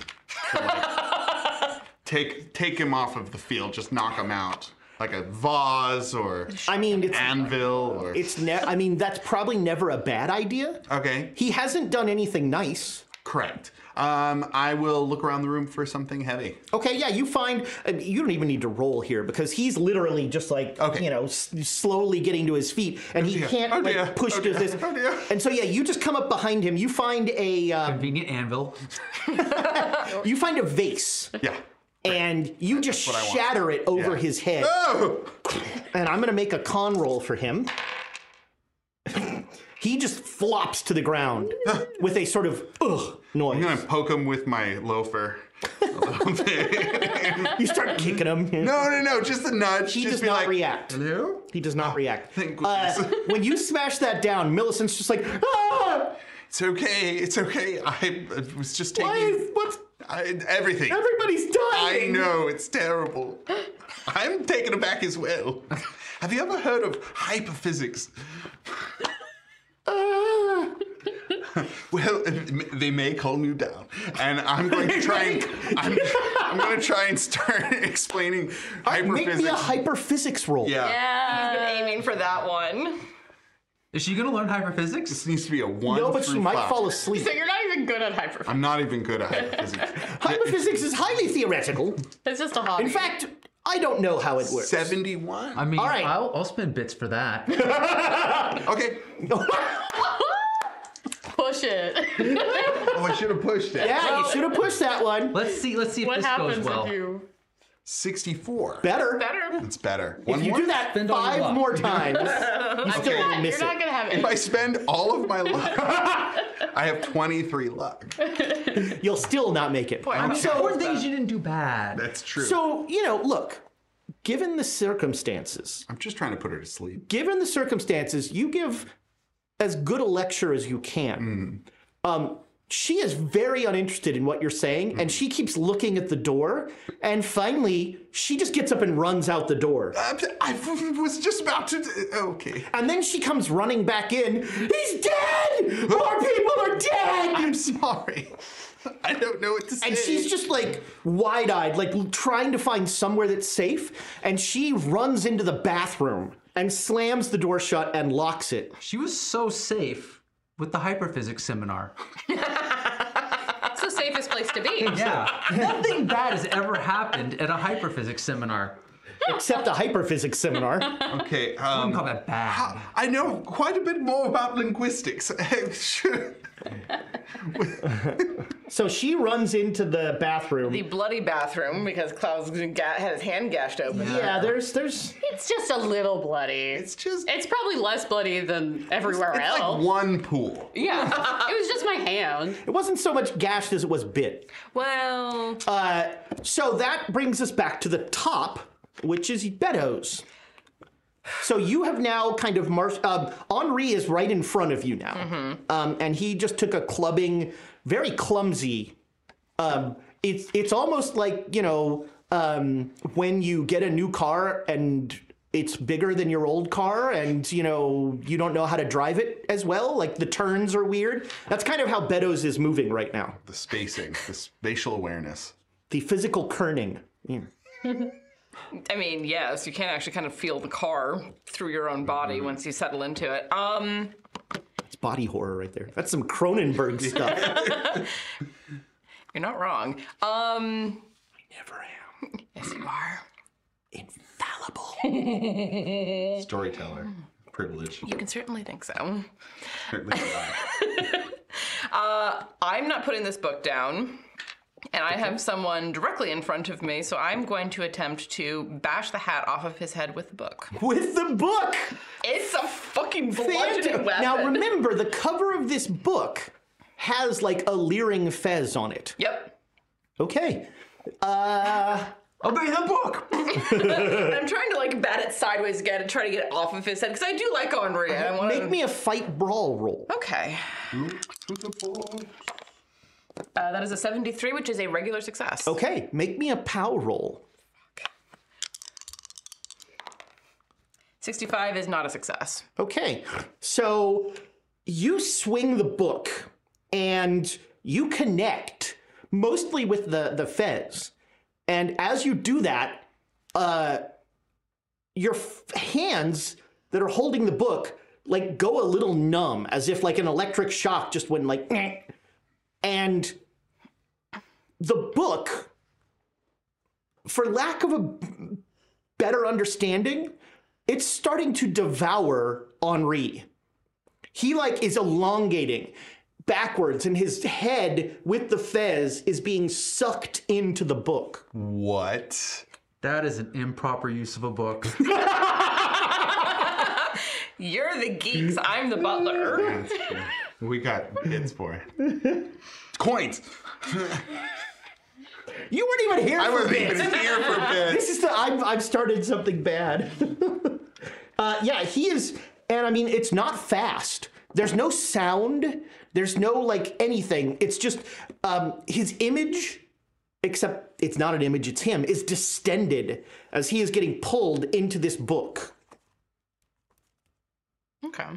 To, like, take take him off of the field. Just knock him out like a vase or I mean it's anvil or it's ne- I mean that's probably never a bad idea. okay. He hasn't done anything nice. Correct. Um, I will look around the room for something heavy. Okay, yeah, you find uh, you don't even need to roll here because he's literally just like Okay. you know s- slowly getting to his feet and he dear. can't Oh like, dear. push Oh to dear. this. Oh dear. And so yeah, you just come up behind him. You find a uh, Convenient anvil. you find a vase Yeah. and you just Oh. I want. shatter it over Yeah. his head. Oh! And I'm gonna make a con roll for him. he just flops to the ground Ah! with a sort of ugh noise. I'm gonna poke him with my loafer. A little bit. You start kicking him. no, no, no, just a nudge. he just does be not like, react. Hello? He does not react. Thank Uh, goodness. when you smash that down, Millicent's just like, ah, It's okay, it's okay. I I was just taking. why is what's I, everything. everybody's I dying? know, it's terrible. I'm taken aback as well. Have you ever heard of hyperphysics? Ah. Well, uh, they may calm you down, and I'm going to try and I'm, I'm going to try and start explaining Make me a hyperphysics. hyperphysics roll. yeah. I've been aiming for that one. Is she gonna learn hyperphysics? This needs to be a one. No, but through you might five. fall asleep. So you're not even good at hyper. I'm not even good at hyperphysics. Hyperphysics is highly theoretical. It's just a hobby. In fact, I don't know how it works. Seventy-one. I mean, All right. I'll, I'll spend bits for that. okay. push it. Oh, I should have pushed it. Yeah, you should have pushed that one. Let's see. Let's see if what this happens goes well. if you Sixty-four. Better. better? It's better. One If you more. do that Spend all your five luck. more times, you still Okay. will miss You're not it. gonna have If any. I spend all of my luck, I have twenty-three luck. You'll still not make it. I mean, the So, important thing is you didn't do bad. That's true. so you know, look. Given the circumstances, I'm just trying to put her to sleep. given the circumstances, you give as good a lecture as you can. Mm. Um, she is very uninterested in what you're saying, Mm. and she keeps looking at the door. And finally, she just gets up and runs out the door. I'm- I was just about to. Okay. And then she comes running back in. He's dead! More people are dead! I'm sorry. I don't know what to say. And she's just like wide eyed, like trying to find somewhere that's safe. And she runs into the bathroom and slams the door shut and locks it. She was so safe with the hyperphysics seminar. It's the safest place to be. Yeah, nothing bad has ever happened at a hyperphysics seminar. Except a hyperphysics seminar. okay. I wouldn't call Um, that bad. I know quite a bit more about linguistics. Sure. So she runs into the bathroom. The bloody bathroom because Klaus ga- had his hand gashed open. yeah, there's there's It's just a little bloody. it's just It's probably less bloody than everywhere it's else. like one pool. yeah. It was just my hand. it wasn't so much gashed as it was bit. Well, Uh, so that brings us back to the top, which is Beddoes. So you have now kind of marsh. Um, Henri is right in front of you now, um, and he just took a clubbing, very clumsy. Um, it's it's almost like you know um, when you get a new car and it's bigger than your old car, and you know you don't know how to drive it as well. Like the turns are weird. That's kind of how Beddoes is moving right now. The spacing, the spatial awareness. The physical kerning. Yeah. I mean, yes, you can actually kind of feel the car through your own body once you settle into it. Um, body horror right there. That's some Cronenberg stuff. you're not wrong. Um, Never am yes, you are. infallible. Storyteller. privilege. uh, You can certainly think so. Certainly alive. I'm not putting this book down. And I have someone directly in front of me, so I'm going to attempt to bash the hat off of his head with the book. With the book! It's a fucking bludgeoning Fanta- weapon. Now remember, the cover of this book has like a leering fez on it. Yep. Okay. Uh, Obey the book. I'm trying to like bat it sideways again and try to get it off of his head because I do like Henri. I Oh. want make me a fight brawl roll. Okay. Uh, that is a 73, which is a regular success. Okay, make me a pow roll. 65 is not a success. Okay, so you swing the book and you connect mostly with the, the fez. And as you do that, uh, your f- hands that are holding the book like go a little numb as if like an electric shock just went like "Eh." and the book for lack of a b- better understanding it's starting to devour Henri. He like is elongating backwards and his head with the fez is being sucked into the book. What? That is an improper use of a book. You're the geeks, I'm the butler. That's good. We got bits for it. Coins. You weren't even here I for wasn't this. even here for bits. This is the I've, I've started something bad. uh, yeah, he is, and I mean it's not fast. There's no sound. There's no like anything. It's just um, his image, except it's not an image. It's him. Is distended as he is getting pulled into this book. Okay.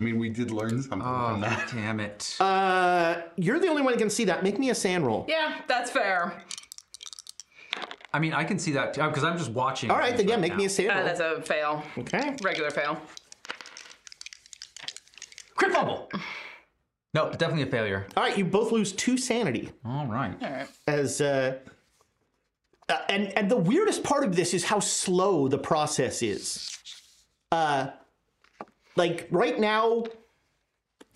I mean, we did learn something Oh, from that. damn it. Uh, you're the only one that can see that. Make me a sand roll. Yeah, that's fair. I mean, I can see that because I'm just watching. All right, then yeah, make me a sand Uh, roll. that's a fail. okay. Regular fail. crit fumble. No, but definitely a failure. All right, you both lose two sanity. All right. as uh, uh, and and the weirdest part of this is how slow the process is. Uh, like right now,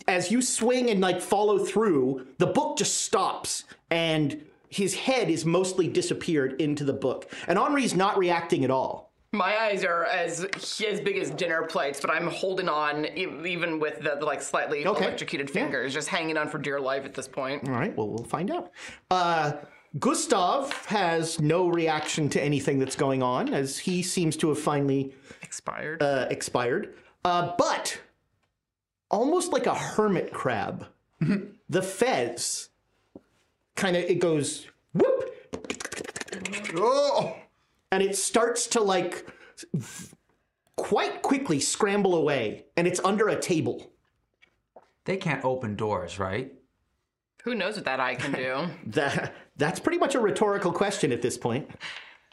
as you swing and like follow through, the book just stops and his head is mostly disappeared into the book. And Henri's not reacting at all. My eyes are as as big as dinner plates, but I'm holding on e- even with the like slightly Okay. Mm. electrocuted fingers, just hanging on for dear life at this point. All right, well we'll find out. Uh, Gustav has no reaction to anything that's going on, as he seems to have finally Expired. uh, expired. Uh, but almost like a hermit crab, the fez kind of it goes whoop, Oh! and it starts to like v- quite quickly scramble away, and it's under a table. They can't open doors, right? Who knows what that eye can do? That that's pretty much a rhetorical question at this point.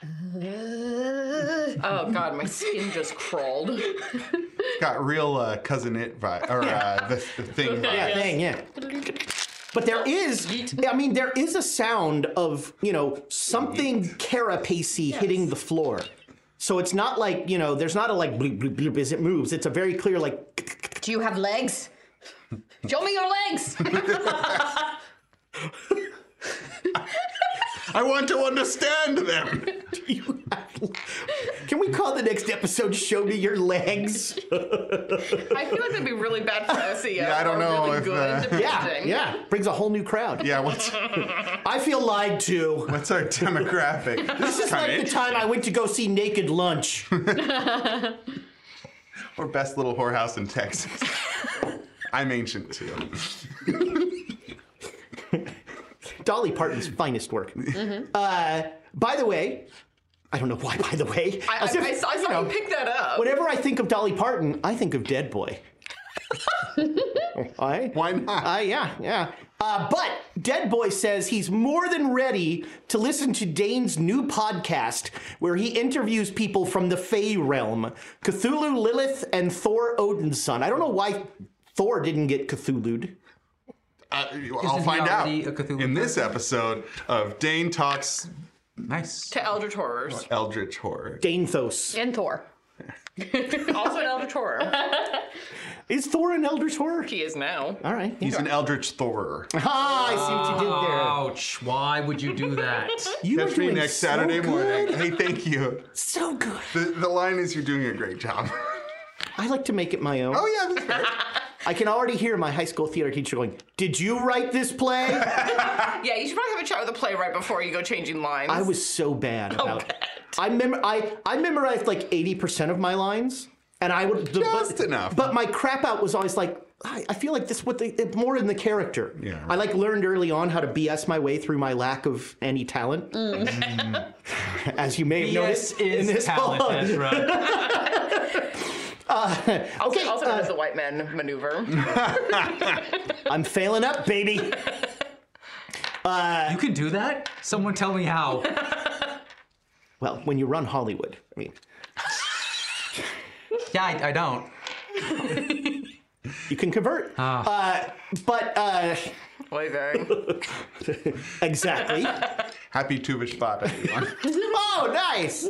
oh god, my skin just crawled. Got real uh, cousin it vibe or uh, the, the thing vibe. Yeah, thing, yeah. But there is, I mean, there is a sound of, you know, something carapacey hitting the floor. So it's not like, you know, there's not a like bloop, bloop, bloop as it moves. It's a very clear, like, Do you have legs? Show me your legs. I want to understand them. can we call the next episode Show Me Your Legs? I feel like that'd be really bad for SEO. Yeah, I don't or know Really if, uh, good Yeah, depending. yeah. Brings a whole new crowd. Yeah, what's I feel lied to. what's our demographic? This It's like the time I went to go see Naked Lunch. Or best little whorehouse in Texas. I'm ancient too. Dolly Parton's finest work. Uh, by the way, I don't know why, by the way. I, I, As if, I saw, I you saw know, you pick that up. Whenever I think of Dolly Parton, I think of Dead Boy. I, Why not? I, yeah, yeah. Uh, but Dead Boy says he's more than ready to listen to Dane's new podcast where he interviews people from the Fey realm Cthulhu, Lilith, and Thor Odin's son. I don't know why Thor didn't get Cthulhu'd. Uh, I'll he find out already a Cthulhu in this person? episode of Dane Talks Nice. to Eldritch Horrors. Eldritch Horror. Danethos. and Thor. also an Elder Torah. Is Thor an Elder Horror? He is now. All right. He's an Eldritch Thorer. Ah, I see what you did there. Ouch! Why would you do that? You are Catch me doing next so Saturday morning. good. Hey, thank you. So good. The, the line is you're doing a great job. I like to make it my own. oh yeah, that's fair. I can already hear my high school theater teacher going, Did you write this play? Yeah, you should probably have a chat with the playwright before you go changing lines. I was so bad about I mem- I I memorized like 80% of my lines and I would the, Just enough. But my crap out was always like I, I feel like this what they it's more in the character. Yeah. I like learned early on how to BS my way through my lack of any talent. As you may have Yes, noticed in is this talent. poem. That's right. Okay, also known uh, as the white man maneuver. I'm failing up, baby. you can do that. Someone tell me how. well, when you run Hollywood, I mean, Yeah, I, I don't. you can convert. Uh, but uh, Oy vey. exactly. Happy Tuvish Vat, everyone. oh, nice.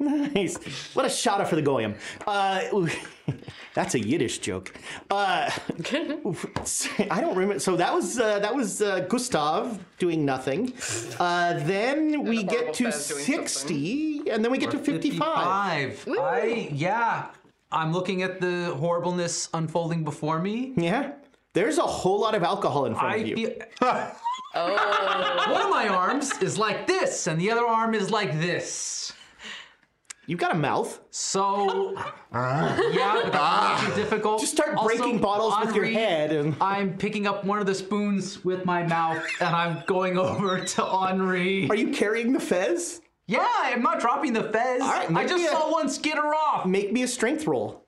Nice. What a shout out for the Goyim. Uh, that's a Yiddish joke. Uh, I don't remember. So that was uh, that was uh, Gustav doing nothing. Uh, then we And get Horrible to Fez doing something. 60, and then we get to 55. 55. I yeah. I'm looking at the horribleness unfolding before me. Yeah. There's a whole lot of alcohol in front I of you. feel. One of my arms is like this, and the other arm is like this. You've got a mouth. So, yeah, but that's not too difficult. Ah. Just start Also, breaking bottles with your Henri, head and- I'm picking up one of the spoons with my mouth, and I'm going over to Henri. Are you carrying the fez? Yeah, I'm not dropping the fez. right, I maybe just a- saw one skitter off. Make me a strength roll.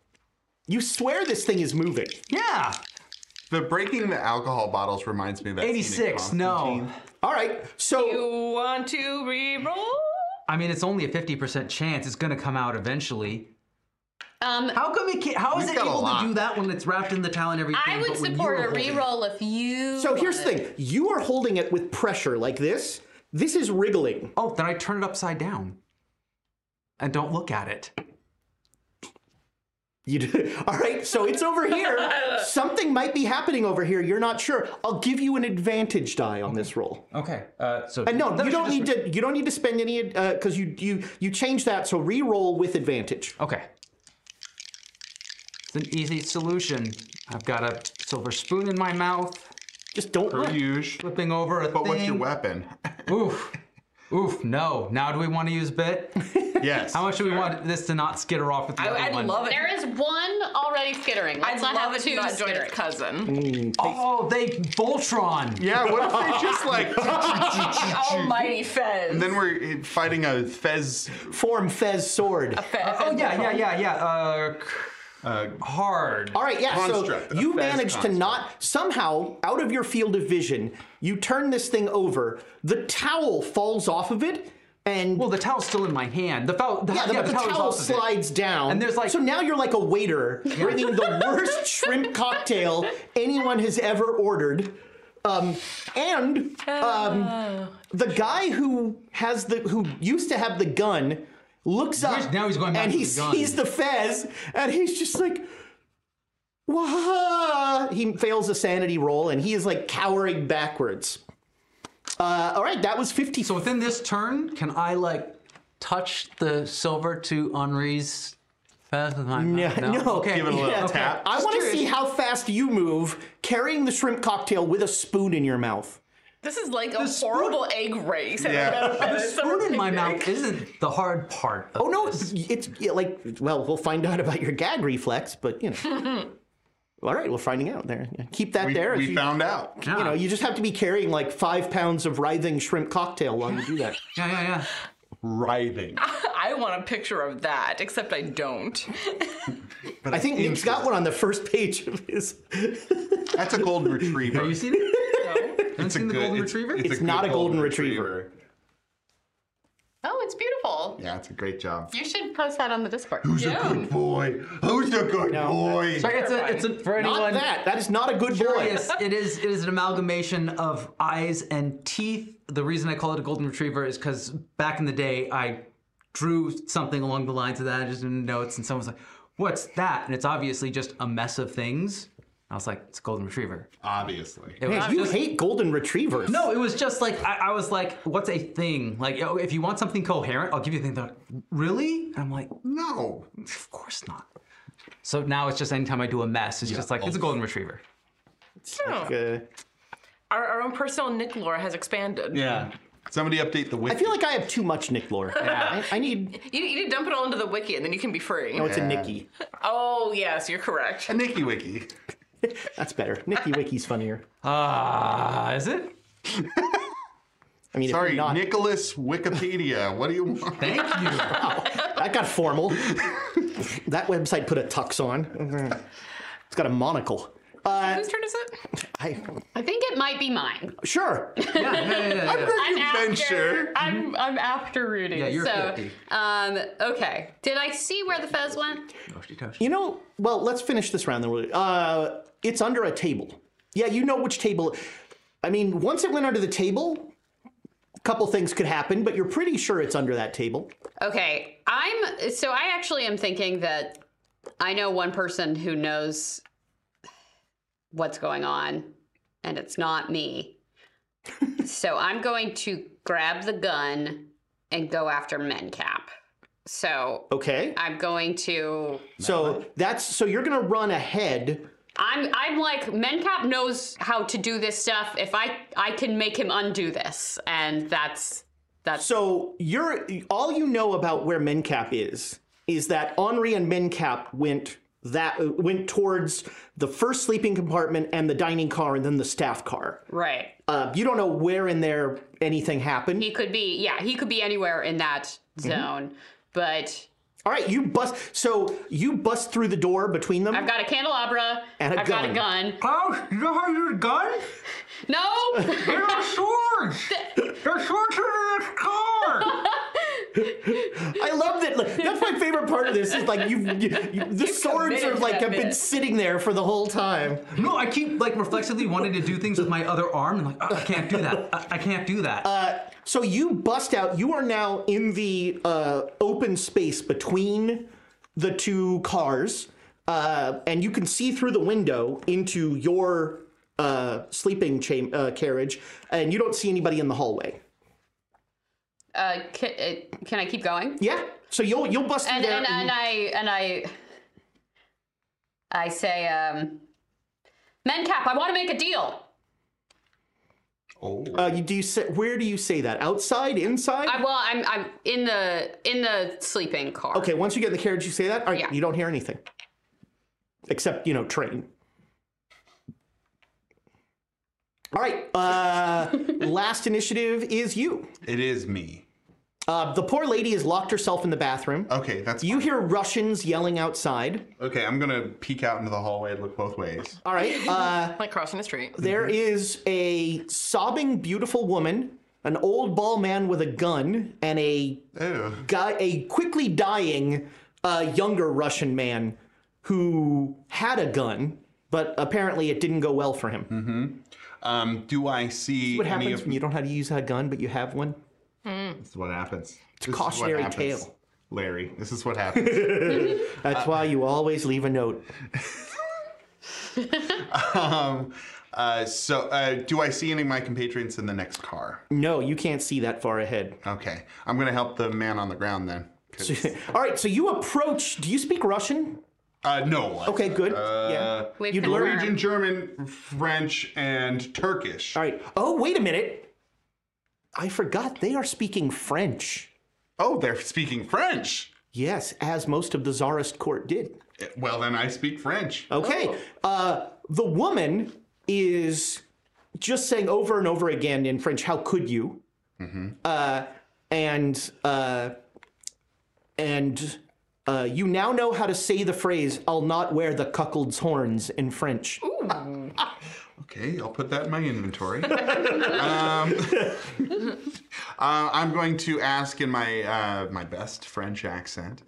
You swear this thing is moving. Yeah, the breaking the alcohol bottles reminds me of that. scene in 86. No, Constantine. All right. So You want to re-roll? I mean it's only a 50% chance it's gonna come out eventually. Um, How come it can't? How is We've it got a able lot. to do that when it's wrapped in the towel and everything? I would but when you support were a holding it- reroll if you. So here's the wanted. thing you are holding it with pressure like this. This is wriggling. Oh, then I turn it upside down, and don't look at it. You do. All right, so it's over here. Something might be happening over here. You're not sure. I'll give you an advantage die on this roll. Okay. Uh, so And no, Then you we should don't just- need to. You don't need to spend any because you you you change that. So re-roll with advantage. Okay. It's an easy solution. I've got a silver spoon in my mouth, Just don't. Per look. use. flipping over a But what's your thing. weapon? Oof. Oof. No. Now do we want to use bit? yes. How much do we want this to not skitter off with the I, other I'd one? love it. There is one already skittering. I'd Let's not love have it two to not join skittering. its cousin. Oh, they Voltron. Yeah, what if they just like. Almighty Fez. and then we're eh, fighting a Fez. Form Fez sword. Oh yeah, yeah, yeah, yeah. Uh, Uh, hard. All right, yeah. Construct, so a you fast manage to construct. not somehow out of your field of vision. You turn this thing over. The towel falls off of it, and Well, the towel's still in my hand. The, foul, the, Yeah, the, the towel's towel opposite. slides down. And there's like- so now you're like a waiter bringing the worst shrimp cocktail anyone has ever ordered. Um, and Oh. um, the guy who has the who used to have the gun looks up now he's going back and to he the gun. sees the fez and he's just like Wah! He fails a sanity roll and he is like cowering backwards. Uh, all right, that was 50. So within this turn, can I like touch the silver to Henri's fez with my mouth? no, no. Okay. Give it a little Yeah. tap. I want to curious. see how fast you move carrying the shrimp cocktail with a spoon in your mouth. This is like a spoon- horrible egg race. Yeah. The spoon in my mouth isn't the hard part. Of Oh no, it's, it's yeah, like well, we'll find out about your gag reflex, but you know. All right, we're finding out there. Keep that We, there. we you, found out. yeah. you know, you just have to be carrying like five pounds of writhing shrimp cocktail while you do that. yeah, yeah, yeah. Writhing. I want a picture of that, except I don't. I think Nick's got one on the first page of his. That's a golden retriever. Have you seen it? Haven't It's a seen the good- golden it's- retriever? It's, It's not good a golden retriever. Oh, it's beautiful. Yeah, it's a great job. You should post that on the Discord. Who's a good boy? Who's a good boy? Sorry, it's a, it's a, for Not anyone that. That is not a good boy. curious. It is it is an amalgamation of eyes and teeth. The reason I call it a golden retriever is because back in the day I drew something along the lines of that, just in notes, and someone's like, "What's that?" And it's obviously just a mess of things. I was like, "It's a golden retriever." Obviously. It was Man, you hate golden retrievers. No, it was just like I, I was like, "What's a thing?" Like, oh, if you want something coherent, I'll give you a thing. They're like, "Really?" And I'm like, No. "Of course not." So now it's just anytime I do a mess, it's just like it's a golden retriever. Oh. Okay. Our, our own personal Nick lore has expanded. Yeah. Somebody update the wiki. I feel like I have too much Nick lore. I, I need. You, you need to dump it all into the wiki and then you can be free. No, it's a Nicky. Oh, yes, you're correct. a Nikki wiki. That's better. Nicky Wiki's funnier. Ah, is it? I mean, if Sorry, you're not, Nicholas Wikipedia. What do you want? Thank you. that got formal. that website put a tux on. It's got a monocle. Uh, Whose turn is it? I, I think it might be mine. sure. yeah, yeah, yeah, yeah, yeah. I'm Adventure. I'm I'm after Rudy. Yeah, you're So, 50. um, okay. Did I see where the fez went? Toasty toast. You know, well, let's finish this round. Then we'll. Uh, it's under a table. Yeah, you know which table. I mean, once it went under the table, a couple things could happen, but you're pretty sure it's under that table. Okay. I'm so I actually am thinking that I know one person who knows what's going on, and it's not me. so I'm going to grab the gun and go after Mencap. So Okay. I'm going to So that's so you're gonna run ahead. I'm I'm like Mencap knows how to do this stuff. If I I can make him undo this, and that's that's So you're all you know about where Mencap is is that Henri and Mencap went that went towards the first sleeping compartment and the dining car and then the staff car. right. Uh, you don't know where in there anything happened. He could be yeah. He could be anywhere in that zone, but All right, you bust. So you bust through the door between them. I've got a candelabra And a I've got a gun. Oh, you know how you use guns? No, They're swords! They're swords in this car! I love that. Like, that's my favorite part of this. Is like you, you, you the swords committed are to like that have been bit. sitting there for the whole time. No, I keep like reflexively wanting to do things with my other arm and like, "Oh, I can't do that. I, I can't do that. So you bust out. You are now in the uh, open space between the two cars, uh, and you can see through the window into your uh, sleeping cham- uh, carriage, and you don't see anybody in the hallway. uh, can, uh, can I keep going? Yeah. So you'll you'll bust through And there. and, and I and I I say um, Mencap, I want to make a deal. Oh, uh, you, do you say, where do you say that? Outside? Inside? I, well, I'm I'm in the in the sleeping car. Okay, once you get in the carriage, you say that. All right, Yeah. you don't hear anything. Except, you know, train. All right, uh, last initiative is you. It is me. Uh, the poor lady has locked herself in the bathroom. Okay, that's You fine. hear Russians yelling outside. Okay, I'm gonna peek out into the hallway and look both ways. All right, uh, Like crossing the street. there is a sobbing, beautiful woman, an old bald man with a gun, and a Ew. guy, a quickly dying uh, younger Russian man who had a gun, but apparently it didn't go well for him. Um, do I see What Mm-hmm. any happens of when you don't know how to use a gun, but you have one? This is what happens? It's a cautionary tale. Larry, this is what happens. That's Uh, why you always leave a note. um, uh, so, uh, do I see any of my compatriots in the next car? No, you can't see that far ahead. Okay, I'm gonna help the man on the ground then. 'cause- All right, so you approach. Do you speak Russian? Uh, no. Okay, good. Uh, yeah. We've You'd learn- Norwegian, confirmed. German, French, and Turkish. All right. Oh, wait a minute. I forgot they are speaking French. Oh, they're speaking French. Yes, as most of the czarist court did. Well, then I speak French. Okay. Oh. Uh, the woman is just saying over and over again in French, "How could you?" Mm-hmm. Uh, and uh, and uh, you now know how to say the phrase "I'll not wear the cuckold's horns" in French. Okay, I'll put that in my inventory. um, uh, I'm going to ask in my uh, my best French accent.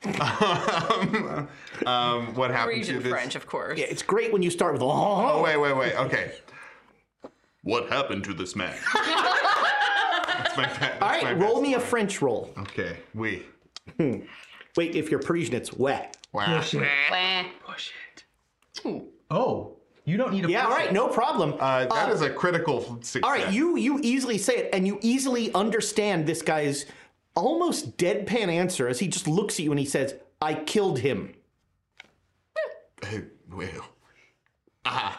um, um, what happened to Norwegian this? French, of course. It's great when you start with Oh "Oh." wait, wait, wait. Okay. What happened to this man? That's my best. All right, roll me a French roll. Okay, we. Wait, if you're Parisian, it's wet. Wow. Wah. Oh, you don't need a. Yeah, all right, no problem. Uh, that is a critical success. Oh. All right, you you easily say it, and you easily understand this guy's almost deadpan answer as he just looks at you and he says, "I killed him." Well,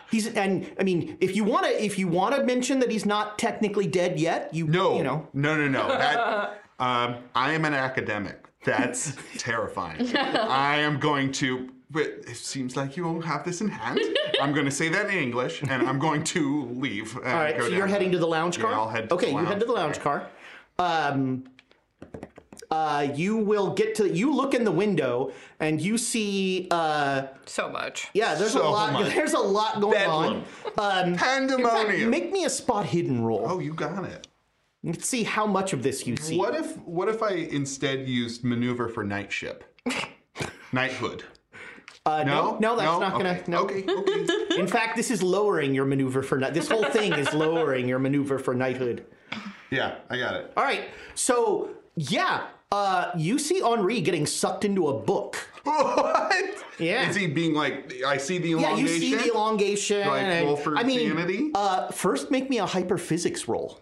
He's and I mean, if you want to, if you want to mention that he's not technically dead yet, you no, you know, no, no, no. That, um, I am an academic. That's terrifying. I am going to. But it seems like you all have this in hand. I'm going to say that in English, and I'm going to leave. All all right. So you're heading to the lounge Yeah, car. I'll head to okay, the you head lounge to the lounge car. Um, uh, you will get to. You look in the window and you see. Uh, So much. yeah, there's a So lot. much. There's a lot going Bedlam. on. Um, pandemonium. make me a spot hidden roll. oh, you got it. Let's see how much of this you see. What if what if I instead used maneuver for night ship? Knighthood. Uh, no, no, that's not gonna. Okay. No. Okay. okay. In fact, this is lowering your maneuver for knight. This whole thing is lowering your maneuver for knighthood. yeah, I got it. All right. So yeah, uh, you see Henri getting sucked into a book. What? Yeah. Is he being like? I see the Yeah, elongation. you see the elongation. Like and- roll for I mean, sanity? Uh, first, make me a hyperphysics roll.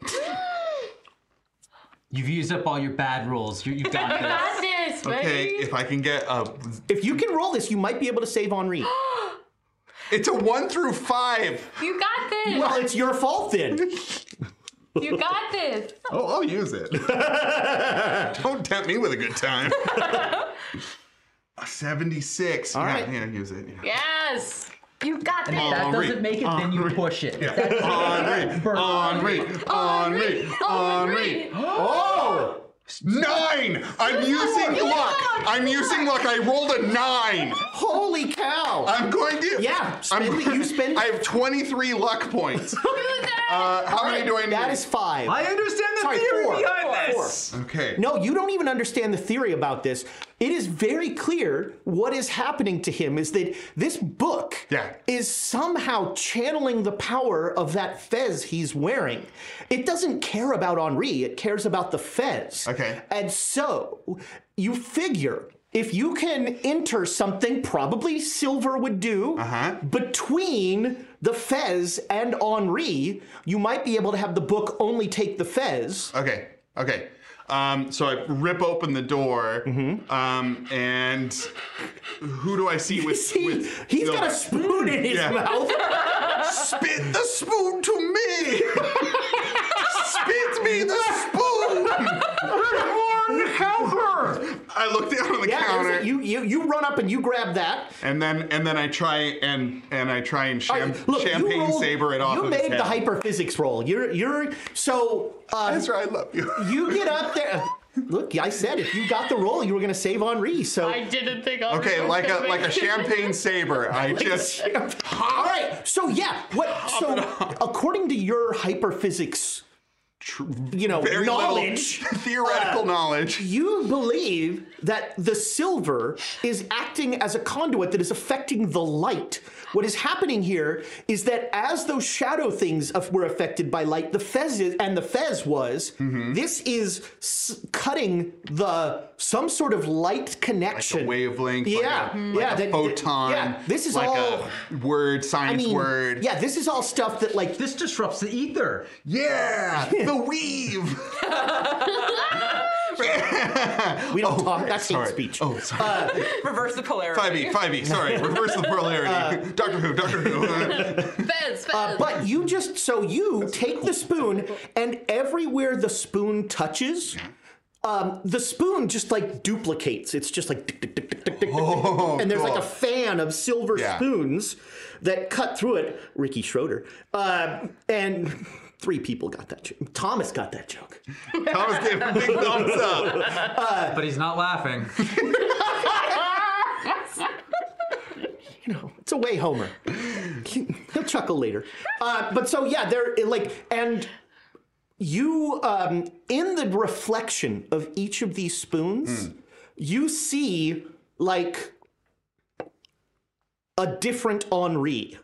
You've used up all your bad rules. You, you've got this. Got this, buddy. Okay, if I can get a, If you can roll this, you might be able to save Henri. it's a one through five. You got this. well, it's your fault then. You got this. Oh, I'll use it. Don't tempt me with a good time. A Seventy-six. All right. yeah, yeah, use it. Yeah. Yes. You got this. That That's Henri. doesn't make it, then you push it. Henri, Henri, Henri, Henri. Oh, Nine. I'm using luck. I'm using luck. I rolled a nine. holy cow! I'm going to. Yeah, I'm spend it. going- You spend it. I have 23 luck points. Uh, how many do I need? that is five. I understand the Sorry, theory four. behind Four. this. Okay. No, you don't even understand the theory about this. It is very clear what is happening to him is that this book Yeah. is somehow channeling the power of that fez he's wearing. It doesn't care about Henri, it cares about the fez. Okay. And so you figure if you can enter something, probably silver would do, Uh-huh. between the fez and Henri, you might be able to have the book only take the fez. Okay. Okay. Um, so I rip open the door, Mm-hmm. um, and who do I see with? See, with he's got a Silva? spoon in his Yeah. mouth. Spit the spoon to me! Spit me the spoon! I look down on the Yeah, there's counter, a- you, you you run up and you grab that. and then and then I try and and I try and All cham- right, look, you champagne rolled- saber it off. You of made his head. the hyperphysics roll. You're you're so uh, Ezra, I love you. you get up there. Look, I said if you got the roll, you were gonna save Henri. So I didn't think I Okay, like a like a champagne saber. I just all right. So yeah, what? So according to your hyperphysics, you know, very little knowledge. Uh, theoretical knowledge. You believe that the silver is acting as a conduit that is affecting the light. What is happening here is that as those shadow things of- were affected by light, the fez is, and the fez was. Mm-hmm. This is s- cutting the some sort of light connection. A wavelength, Yeah, like a, like yeah, a that- that- photon. yeah, this is like all- a word I science mean, word. yeah, this is all stuff that like This disrupts the ether. Yeah, the weave. we don't talk. That's hate Oh, sorry. speech. Oh, sorry. Reverse the polarity. Five E, five E. Sorry, reverse the polarity. Doctor Who, Doctor Who. Fez, fez. Uh, but you just so you take the spoon and everywhere the spoon touches um, the spoon just like duplicates it's just like tick, tick, tick, tick, tick, tick, tick, tick. and there's like a cool. fan of silver Oh, Yeah. spoons that cut through it ricky schroeder uh, and three people got that joke thomas got that joke Thomas gave a big thumbs up. But he's not laughing. you know, it's a way Homer. He'll chuckle later. Uh, but so yeah, they're like, and you um, in the reflection of each of these Hmm. spoons, you see like a different Henri.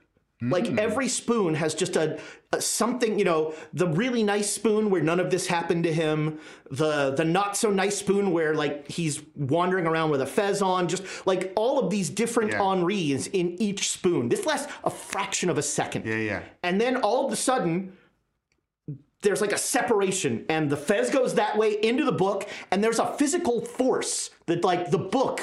Like Hmm. every spoon has just a, a something, you know, the really nice spoon where none of this happened to him, the the not so nice spoon where like he's wandering around with a fez on, just like all of these different Yeah. Henri's in each spoon. This lasts a fraction of a second. Yeah, yeah. And then all of a sudden, there's like a separation, and the Fez goes that way into the book, and there's a physical force that like the book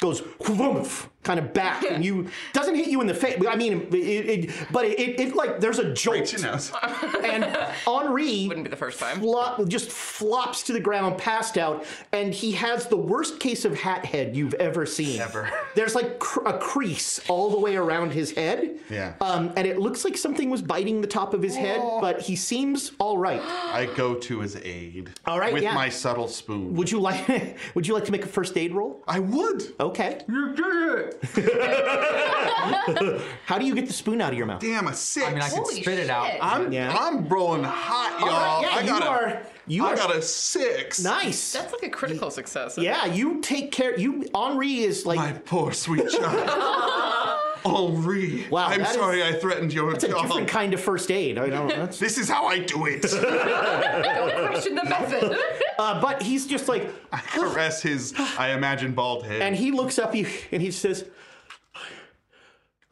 goes whoomph, kind of back, and you doesn't hit you in the face. I mean, it, it, but it, it, like there's a jolt, She knows. and Henri Wouldn't be the first time. flop, just flops to the ground, passed out, and he has the worst case of hat head you've ever seen. Ever. There's like cr- a crease all the way around his head. Yeah. Oh. Um, and it looks like something was biting the top of his head, but he seems all right. I go to his aid. All right, With yeah. my subtle spoon. Would you like Would you like to make a first aid roll? I would. Okay. You did it! How do you get the spoon out of your mouth? Damn, a six. I mean, I can Holy spit it out. shit. am Yeah. I'm rolling hot, y'all. All right, yeah, I got you a, are. You I are got a six. nice. That's like a critical success. yeah, you take care. You Henri is like My poor sweet child. Henri. Wow, I'm that is- sorry I threatened your that's a job. different kind of first aid. I don't. That's, This is how I do it. Don't question the method. uh, but he's just like, I caress his, I imagine, bald head. and he looks up you, and he says,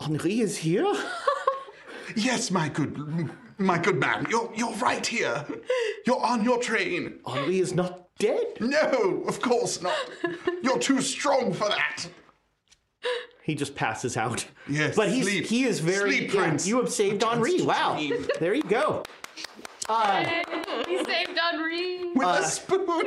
"Henri is here." yes, my good, my good man, you're you're right here. You're on your train. Henri is not dead. No, of course not. You're too strong for that. He just passes out. Yes, but he's sleep. he is very. Sleep, yeah, Prince. You have saved Henri. Wow, there you go. Uh, He saved Henri. With Uh. a spoon.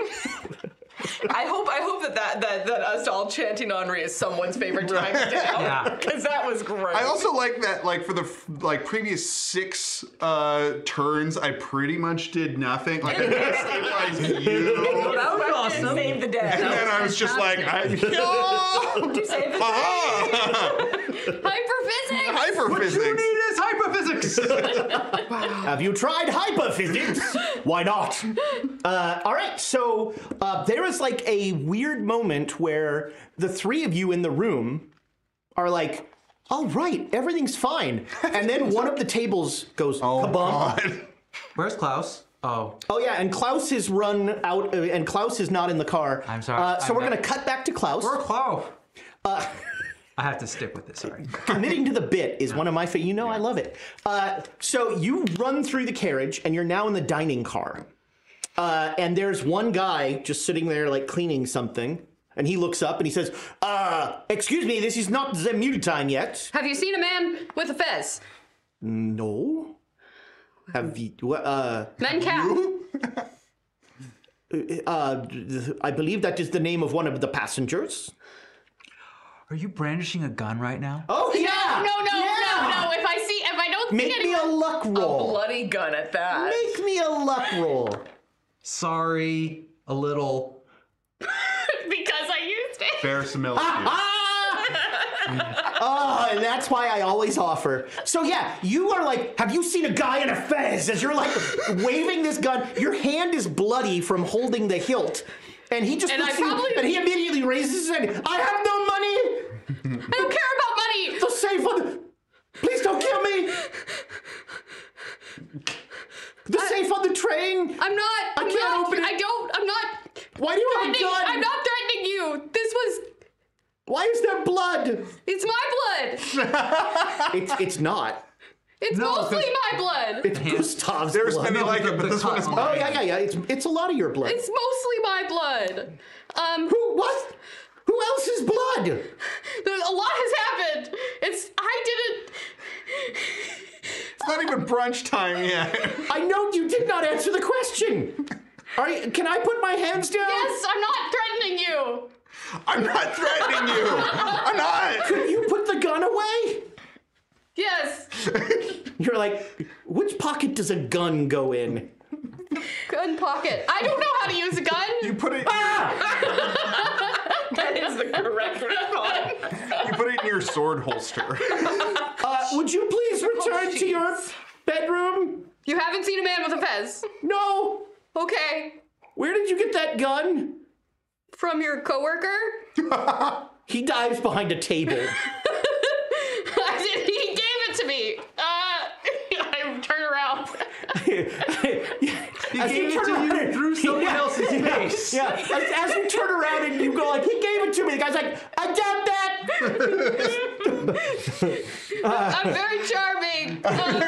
I hope I hope that that, that, that us all chanting Henri is someone's favorite time Yeah. now. Because that was great. I also like that, like for the f- like previous six uh, turns, I pretty much did nothing. Like I didn't stabilize you, that was awesome. Save the and day. then I was just like, I'm here. Save Uh, the day. Ah! Hyperphysics. Hyperphysics. is hyperphysics! Have you tried hyperphysics? Why not? Uh, all right, so uh, there is like a weird moment where the three of you in the room are like, all right, everything's fine. And then one of the tables goes Oh kabum. God. Where's Klaus? Oh. Oh, yeah, and Klaus is run out, uh, and Klaus is not in the car. I'm sorry, Uh, so I'm we're not- going to cut back to Klaus. Where's Klaus? Uh, I have to stick with this, sorry. Committing to the bit is one of my favorite. You know, I love it. Uh, so you run through the carriage, and you're now in the dining car. Uh, and there's one guy just sitting there, like cleaning something. And he looks up and he says, uh, "Excuse me, this is not the meal time yet." Have you seen a man with a fez? No. Have you? wha- Uh, Men cap. uh, I believe that is the name of one of the passengers. Are you brandishing a gun right now? Oh yeah! No, no, Yeah! no, no. If I see, if I don't see Make me anyone, a luck roll. Bloody gun at that. Make me a luck roll. Sorry, a little. because I used it. Verisimilitude. Ah, Oh, Ah! and that's why I always offer. So yeah, you are like, have you seen a guy in a fez? As you're like waving this gun, your hand is bloody from holding the hilt, and he just And I looks at you, probably- and he immediately raises his hand. I have no money I don't care about money. to save for the. Please don't kill me. The safe on the train. I'm not. I am can't not, open it. I don't. I'm not. Why do you have a threatening- gun? I'm not threatening you. This was. Why is there blood? It's my blood. It's it's not. It's No, mostly 'cause- my blood. It's Gustav's There's blood. many like it, but this one is Oh mine. yeah, yeah, yeah. It's it's a lot of your blood. It's mostly my blood. Um, Who what? Who else's blood? there- a lot has happened. It's. I didn't. It's not even brunch time yet. I know you did not answer the question. Are you, can I put my hands down? Yes, I'm not threatening you. I'm not threatening you. I'm not. Can you put the gun away? Yes. You're like, which pocket does a gun go in? Gun pocket. I don't know how to use a gun. You put it. That is the correct response. You put it in your sword holster. Uh, would you please return to your jeez. bedroom? You haven't seen a man with a fez. No. Okay. Where did you get that gun? From your coworker? He dives behind a table. I did, he gave it to me. Uh, you He gave it to you through someone else's face. Yeah, as, as you turn around and you go like, he gave it to me. The guy's like, I got that. I'm very charming. Uh,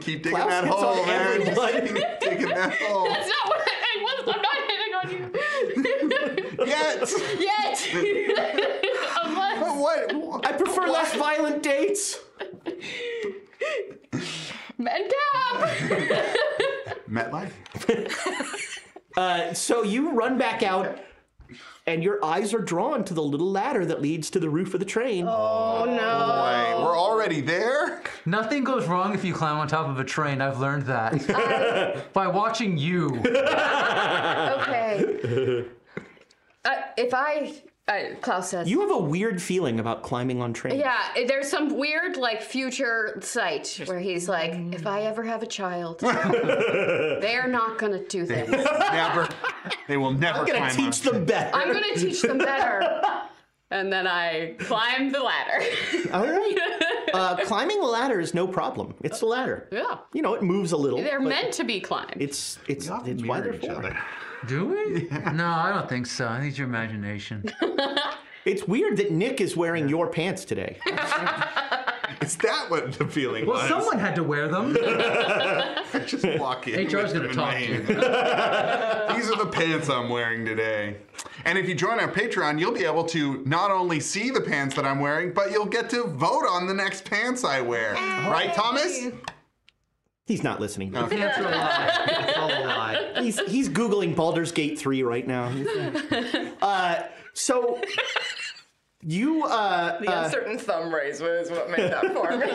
Keep digging Klaus that hits hole, on man. everybody. Keep digging that hole. That's not what I was. I'm not hitting on you. Yes. Yet. Unless. What? I prefer less violent dates. And cap. MetLife. Uh, so you run back out, and your eyes are drawn to the little ladder that leads to the roof of the train. Oh. Boy, we're already there. Nothing goes wrong if you climb on top of a train. I've learned that Uh, by watching you. okay. Uh, if I, uh, Klaus says. You have a weird feeling about climbing on trains. yeah, eh, there's some weird like future sight where he's like, if I Mm. ever have a child, they're not gonna do this. Never. They will never I'm gonna climb teach on. them better. I'm gonna teach them better. And then I climbed the ladder. All right. Uh, climbing the ladder is no problem. It's the ladder. yeah. You know, it moves a little. They're but meant to be climbed. It's it's Y'all it's why mirror they're each for. other. Do we? No, I don't think so. I think it's your imagination. It's weird that Nick is wearing your pants today. Is that what the feeling Well, was? someone had to wear them. just walk in. HR's gonna with talk to them in you. my hand. These are the pants I'm wearing today. And if you join our Patreon, you'll be able to not only see the pants that I'm wearing, but you'll get to vote on the next pants I wear. Right, Thomas? He's not listening. That's a lie. That's all a lie. He's he's googling Baldur's Gate 3 right now. Uh, so you uh, The uncertain thumb raise was what made that for me.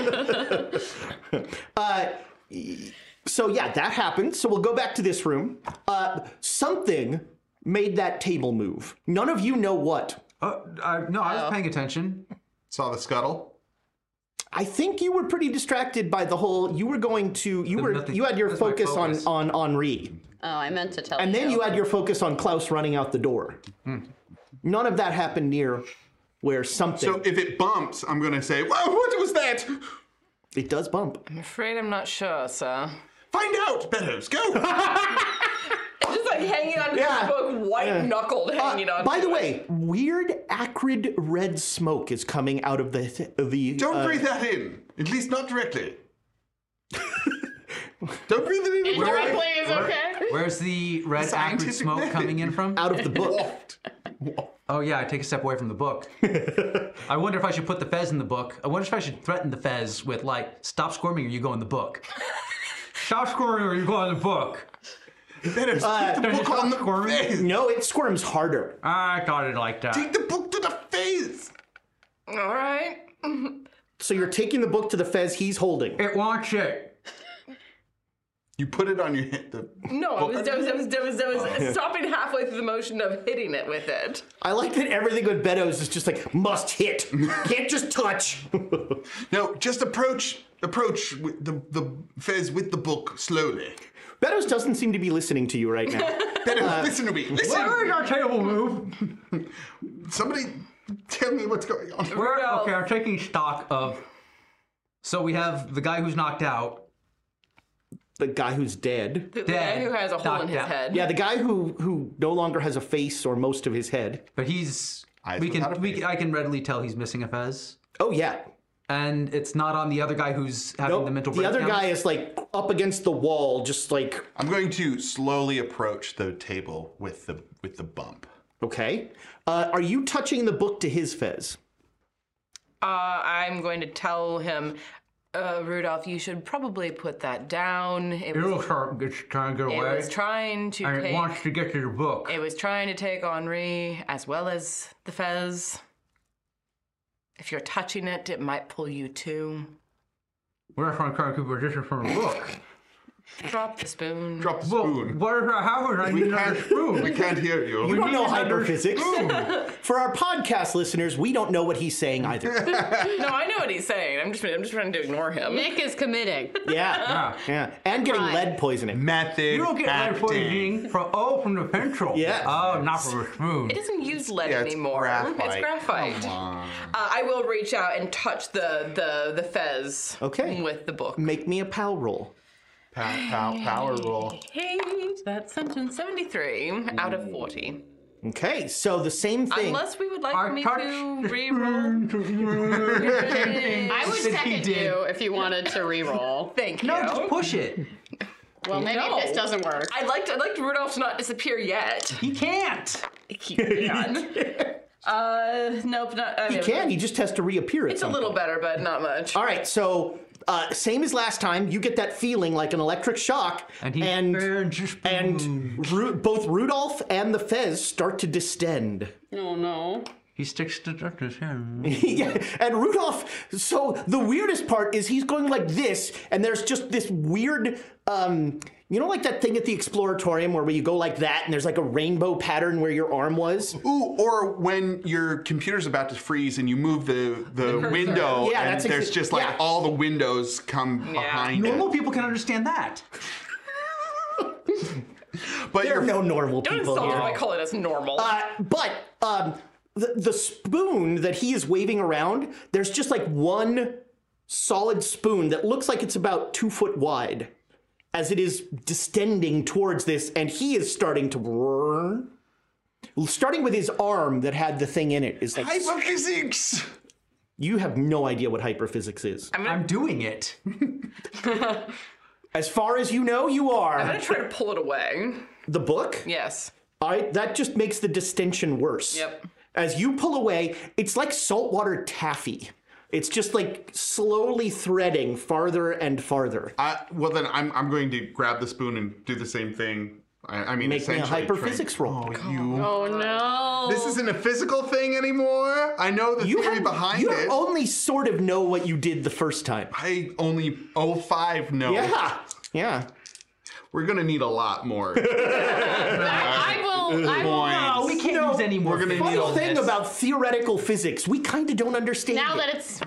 So yeah, that happened. So we'll go back to this room. Uh, something made that table move. None of you know what. Uh, I, no, I Oh. was paying attention. Saw the scuttle. I think you were pretty distracted by the whole. You were going to. You were. nothing- You had your that's my focus, focus. on on Henri, oh, I meant to tell and then you had your focus on Klaus running out the door. Hmm. None of that happened near where something. So if it bumps, I'm going to say, Whoa, what was that? it does bump. I'm afraid I'm not sure, so. Find out, Beddoes, go! Just like hanging on to Yeah. this book, white knuckled hanging on. By to the it. way, weird acrid red smoke is coming out of the th- the. Don't uh, breathe that in, at least not directly. Don't breathe it in. Directly is okay. Where's the red acrid Scientific smoke method. coming in from? out of the book. Oh yeah, I take a step away from the book. I wonder if I should put the fez in the book. I wonder if I should threaten the fez with like, stop squirming or you go in the book. stop squirming or you go in the book. Beddoes, Uh, take the There's book a on the popcorn. face. No, it squirms harder. I got it like that. Take the book to the face. All right. So you're taking the book to the Fez he's holding. It wants it. You put it on your head. The, No, I was, I was, I was, I was, I was stopping halfway through the motion of hitting it with it. I like that everything with Beddoes is just like, must hit. Can't just touch. no, just approach approach with the the fez with the book slowly. Beddoes doesn't seem to be listening to you right now. Beddoes, listen to me. Listen. Where is our table move? Somebody tell me what's going on. We're- Rudolph. okay, I'm taking stock of. So we have the guy who's knocked out. the guy who's dead. The guy Dead. who has a hole in Knocked his out. head. Yeah, the guy who who no longer has a face or most of his head. But he's Eyes we without a can we, face. can- I can readily tell he's missing a fez, Oh yeah. and it's not on the other guy who's having Nope, the mental other breakdown. guy is like up against the wall, just like I'm going to slowly approach the table with the with the bump. okay. Uh, are you touching the book to his Fez? Uh, I'm going to tell him, uh, Rudolph, you should probably put that down. It was, It'll start it's trying to get it away, was trying to and it take, wants to get to the book. it was trying to take Henri as well as the Fez. If you're touching it, it might pull you too. We're not trying to cut people just from the book. Drop the spoon. Drop the Well, spoon. what are, how are we you another can't. spoon? We can't hear you. You don't know another hyperphysics. For our podcast listeners, we don't know what he's saying either. No, I know what he's saying. I'm just I'm just trying to ignore him. Nick is committing. Yeah. Yeah. Yeah. And getting lead poisoning. Method. You don't get lead acting. poisoning from oh from the petrol. Yes. Oh, not from a spoon. It doesn't use lead Yeah, it's anymore. It's graphite. graphite. Uh, I will reach out and touch the the the fez. Okay. With the book. Make me a pal roll. Pow, pow, power roll. Page that sentence seventy three out of forty. Okay, so the same thing. Unless we would like I me touched to re-roll. I would second you if you wanted to re-roll. Thank you. no, just push it. Well, maybe No. if this doesn't work. I'd like to, I'd like Rudolph to not disappear yet. He can't. Keep it on. uh, nope, not. I he mean, can, he just has to reappear at It's a some little point. better, but not much. All right, so uh, same as last time, you get that feeling like an electric shock, And he and, burns your spoon. and Ru- both Rudolph and the Fez start to distend. Oh no. He sticks to doctor's hand. yeah, and Rudolph. So the weirdest part is he's going like this, and there's just this weird, um, you know, like that thing at the exploratorium where you go like that, and there's like a rainbow pattern where your arm was. Ooh, or when your computer's about to freeze and you move the, the window Yeah, and that's there's exa- just like yeah. all the windows come behind Normal people can understand that. it. But There you're are no normal Don't people insult here. him by calling us normal. Uh, but um, the the spoon that he is waving around, there's just like one solid spoon that looks like it's about two foot wide, as it is distending towards this, and he is starting to burn. Starting with his arm that had the thing in it is like hyperphysics. you have no idea what hyperphysics is. I'm doing it. As far as you know, you I'm are gonna try to pull it away. the book. Yes. All right, that just makes the distension worse. Yep. As you pull away, it's like saltwater taffy. It's just like slowly threading farther and farther. Uh, well, then I'm, I'm going to grab the spoon and do the same thing. I, I mean, Make me a essentially try- hyperphysics roll. Oh, you. Oh no. This isn't a physical thing anymore. I know the You theory have- behind you it. only sort of know what you did the first time. I only 05 know. Yeah, yeah. We're going to need a lot more. I, I will. I will. Points. We can't use any more. we're gonna fun need all Funny thing this. about theoretical physics, we kind of don't understand. Now it. that it's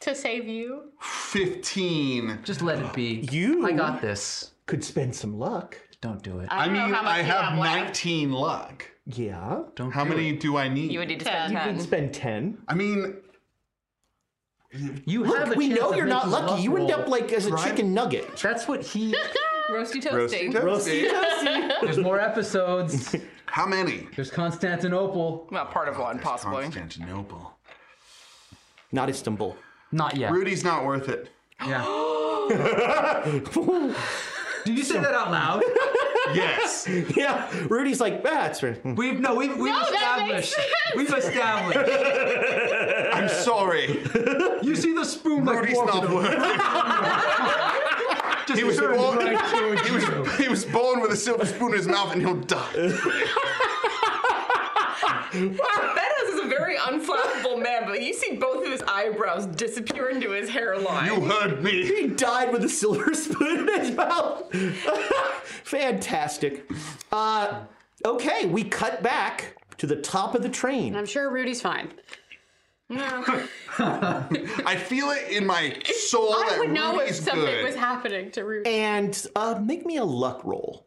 to save you. 15. Just let it be. Oh You- I got this. could spend some luck. Don't do it. I, don't know mean, how much I you have, have left. 19 luck. Yeah, Don't. How do many It. do I need? You would need to spend Yeah. ten. spend ten. I mean, You have a Look, we chance know of you're not making lucky. luck You end roll. up like as a Right. chicken nugget. That's what he. Roasty toasty. roasty Roasty toasty. There's more episodes. How many? There's Constantinople. Not part of one, possibly. Constantinople. Not Istanbul. Not yet. Rudy's not worth it. Yeah. Did you say that out loud? Yes. yeah, Rudy's like, ah, it's fair. We've no. We've, we've that makes established. We've established. I'm sorry. You see the spoon like Rudy's walking not over. worth it. Just He was, turns born, right towards he, was, he was born with a silver spoon in his mouth and he'll die. Thanos is a very unflappable man, but you see both of his eyebrows disappear into his hairline. You heard me. He died with a silver spoon in his mouth. Fantastic. Uh, okay, we cut back to the top of the train. I'm sure Rudy's fine. I feel it in my soul I that would know if Rudy's something good. was happening to Rudy. And uh, make me a luck roll.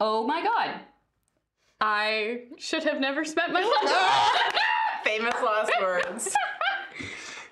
Oh my god. I should have never spent my luck. Famous last words.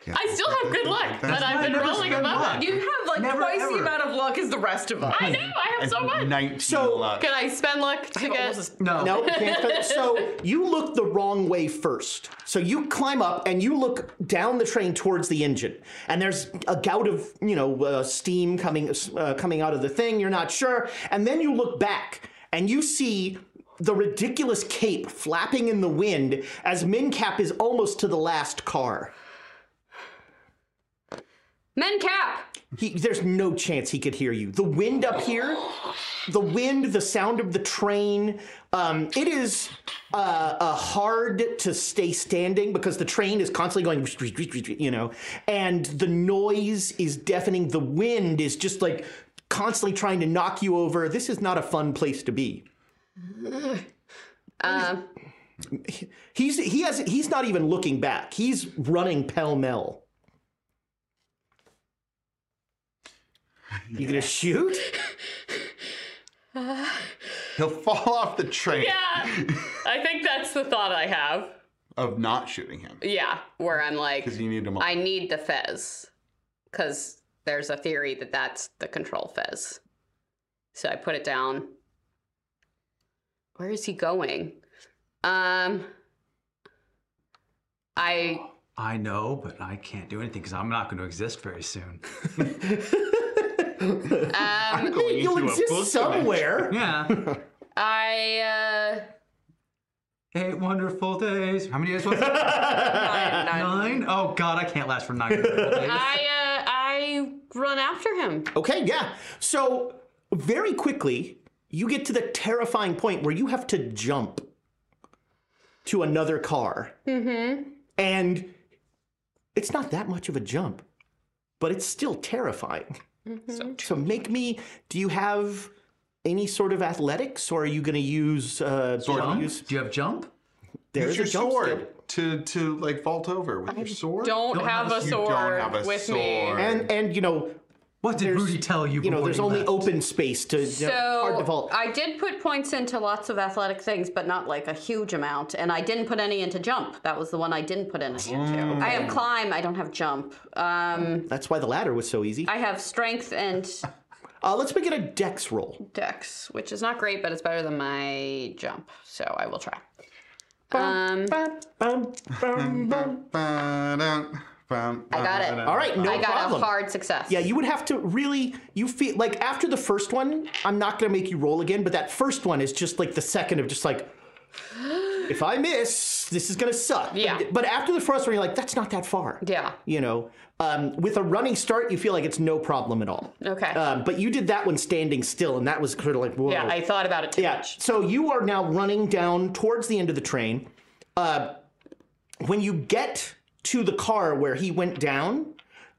I still have good luck, but That's I've why I been never rolling spend above luck. it. You have like Never, twice ever. the amount of luck as the rest of us. I know, I have so much. 19 So- luck. Can I spend luck to Almost get? as- No. No, you can't spend- so you look the wrong way first. So you climb up and you look down the train towards the engine, and there's a gout of you know uh, steam coming uh, coming out of the thing. You're not sure, and then you look back and you see the ridiculous cape flapping in the wind as Mincap is almost to the last car. Men cap. He, there's no chance he could hear you. The wind up here, the wind, the sound of the train. Um, it is uh, uh, hard to stay standing because the train is constantly going, you know, and the noise is deafening. The wind is just like constantly trying to knock you over. This is not a fun place to be. Um, He's he has he's not even looking back. He's running pell mell. You gonna shoot? He'll fall off the train Yeah. I think that's the thought I have. of not shooting him Yeah. where I'm like, because you need him. I need the fez because there's a theory that that's the control fez. So I put it down. Where is he going? Um, I I know, but I can't do anything because I'm not going to exist very soon. I'm um, going You'll into a full exist dimension. somewhere. Yeah. I uh, Eight wonderful days. How many days was it? Nine, nine. Nine? Oh, God, I can't last for nine wonderful days. uh, I uh, I run after him. Okay, yeah. So very quickly, you get to the terrifying point where you have to jump to another car. Mm-hmm. And it's not that much of a jump, but it's still terrifying. So make me. Do you have any sort of athletics, or are you going to use? Uh, Sword. do you Jump? use- Do you have jump? there is Use your a jump sword skill. to to like vault over with your sword. Don't, have, a You sword don't have a with sword. me. And and you know What did Rudy tell you? you know before there's he only left? open space to you know, hard to So vault. I did put points into lots of athletic things, but not like a huge amount. And I didn't put any into jump. That was the one I didn't put any into. I Mm. have climb. I don't have jump. Um, That's why the ladder was so easy. I have strength and Uh, let's make it a dex roll. dex, which is not great, but it's better than my jump. So I will try. Um, Bum, bum, bum. I I got it. All right, no I got problem. a hard success. yeah, you would have to really. You feel like after the first one, I'm not gonna make you roll again. But that first one is just like the second of just like, if I miss, this is gonna suck. Yeah. But, but after the first one, you're like, that's not that far. Yeah. You know, um, with a running start, you feel like it's no problem at all. Okay. Um, but you did that one standing still, and that was sort of like whoa. yeah, I thought about it too Yeah. much. So you are now running down towards the end of the train. Uh, when you get to the car where he went down,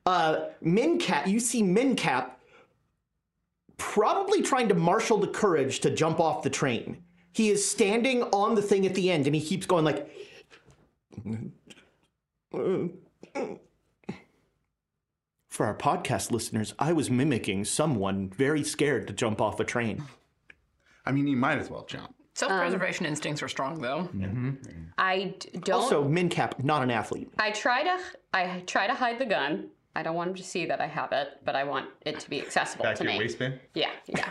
uh, Mincap, you see Mincap probably trying to marshal the courage to jump off the train. He is standing on the thing at the end, and he keeps going like. For our podcast listeners, I was mimicking someone very scared to jump off a train. mean, you might as well jump. Self-preservation instincts are strong, though. I d- don't. Also, Mincap, not an athlete. Oh. I try to I try to hide the gun. I don't want him to see that I have it, but I want it to be accessible Back to to your me. waistband. Yeah, yeah.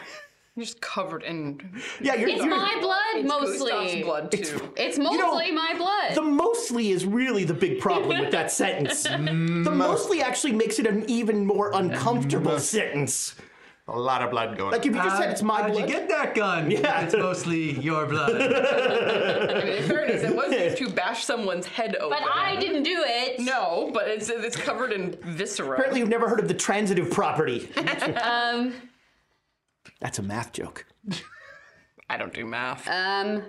You're just covered in Yeah, you're, It's you're- my blood mostly. Gustav's blood too. It's know, mostly my blood. the mostly is really the big problem with that sentence. The Mm, mostly actually makes it an even more uncomfortable sentence. A lot of blood going. Like if you just said it's my How'd blood. you get that gun? Yeah. It's mostly your blood. I mean, in fairness, it was used to bash someone's head open. but I didn't do it. No, but it's it's covered in viscera. Apparently, you've never heard of the transitive property. um, that's a math joke. I don't do math. Um,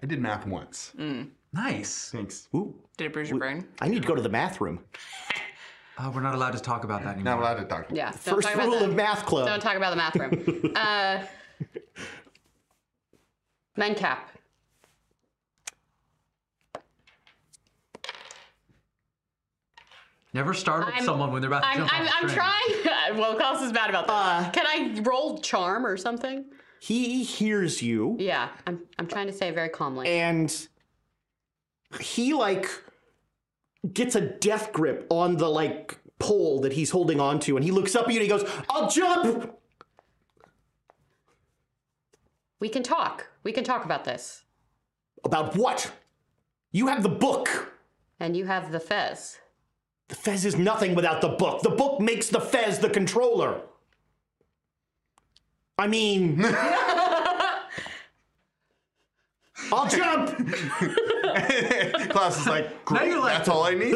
I did math once. Mm. nice. Thanks. Did it bruise your brain? I need to go to the math room. Uh, we're not allowed to talk about that anymore. Not allowed to talk. yeah. don't First talk about rule that. of math club. Don't talk about the math room. uh, Mencap. Never startle someone when they're about to I'm, jump I'm, off I'm the train. trying. well, Klaus is bad about that. Can I roll charm or something? Uh, he hears you. Yeah, I'm, I'm trying to say it very calmly. and he like gets a death grip on the like pole that he's holding on to and he looks up at you and he goes i'll jump we can talk. We can talk about this. about what you have the book And you have the fez. the fez is nothing without the book the book makes the fez the controller i mean i'll jump Klaus is like, Now great, you're like- that's all I need.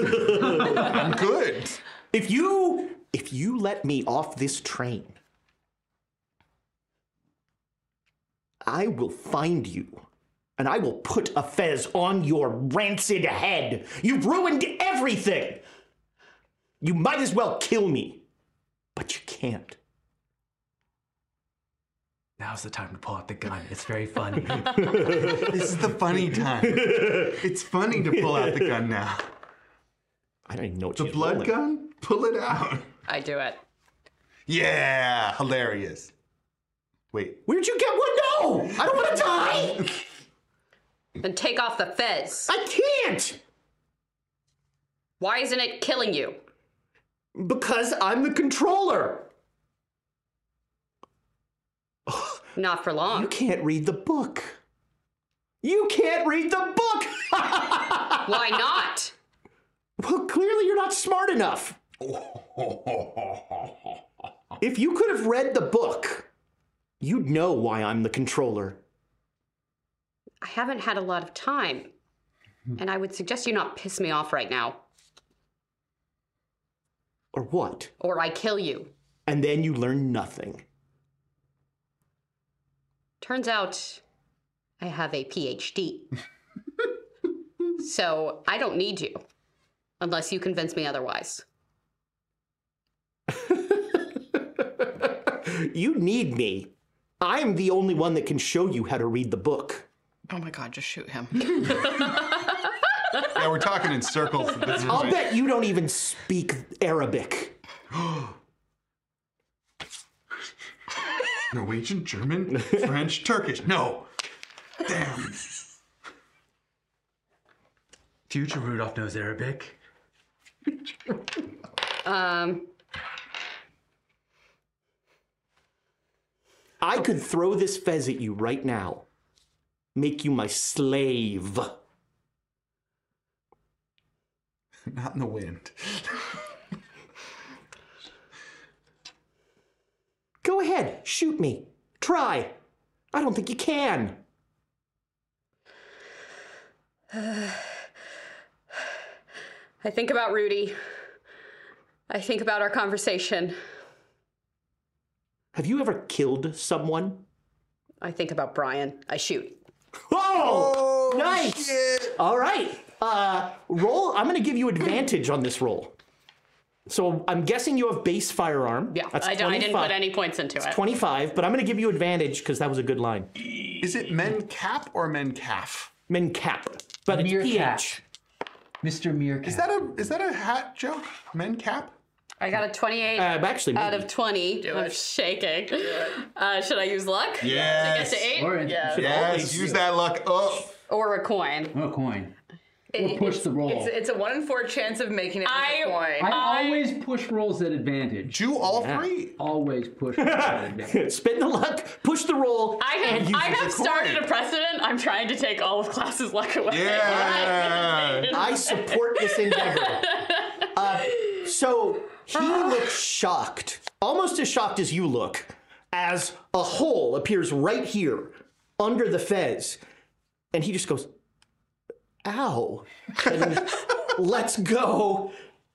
I'm good. if you if you let me off this train i will find you and I will put a fez on your rancid head. You've ruined everything. You might as well kill me, but you can't. Now's the time to pull out the gun. It's very funny. This is the funny time. it's funny to pull out the gun now. I don't even know what The she's blood rolling. gun? Pull it out. I do it. Yeah, hilarious. Wait, Where'd you get one? No, I don't want to die. Then take off the fez. I can't Why isn't it killing you? because I'm the controller. Not for long. You can't read the book. You can't read the book. Why not? well, clearly you're not smart enough. if you could have read the book, you'd know why I'm the controller. I haven't had a lot of time. Mm-hmm. And I would suggest you not piss me off right now, Or what? or I kill you. And then you learn nothing. Turns out I have a PhD. so I don't need you unless you convince me otherwise. You need me. I'm the only one that can show you how to read the book. Oh my god, just shoot him. yeah, we're talking in circles at this I'll point. bet you don't even speak Arabic. Norwegian, German, French, Turkish. No. Damn. Future Rudolph knows Arabic. Um, I could throw this fez at you right now, make you my slave. Not in the wind. Go ahead, shoot me. Try. I don't think you can. I think about Rudy. I think about our conversation. Have you ever killed someone? I think about Brian. I shoot. Oh, nice. All right. Uh, roll. I'm going to give you advantage on this roll. So I'm guessing you have base firearm. Yeah, That's I, don't, I didn't 25 put any points into it. 25, but I'm going to give you advantage because that was a good line. Is it men cap or men calf? Men cap, but it's pH. Meerkat. Mr. Meerkat. Is that a is that a hat joke? Men cap? I got a 28 Uh, actually, out maybe. of 20. I'm shaking. Uh, should I use luck? Yes. To eight? Or it should Yes. always Use that luck Oh. up. Or a coin. Or a coin. It- Or push the roll. It's, it's a one in four chance of making it. I- with a coin. I always push rolls at advantage. Do all three. Always push rolls at advantage. Spin the luck, push the roll. I have, I have started a precedent. I'm trying to take all of class's luck away. Yeah. I support this endeavor. Uh, so he looks shocked, almost as shocked as you look, as a hole appears right here under the fez. And he just goes, ow, and lets go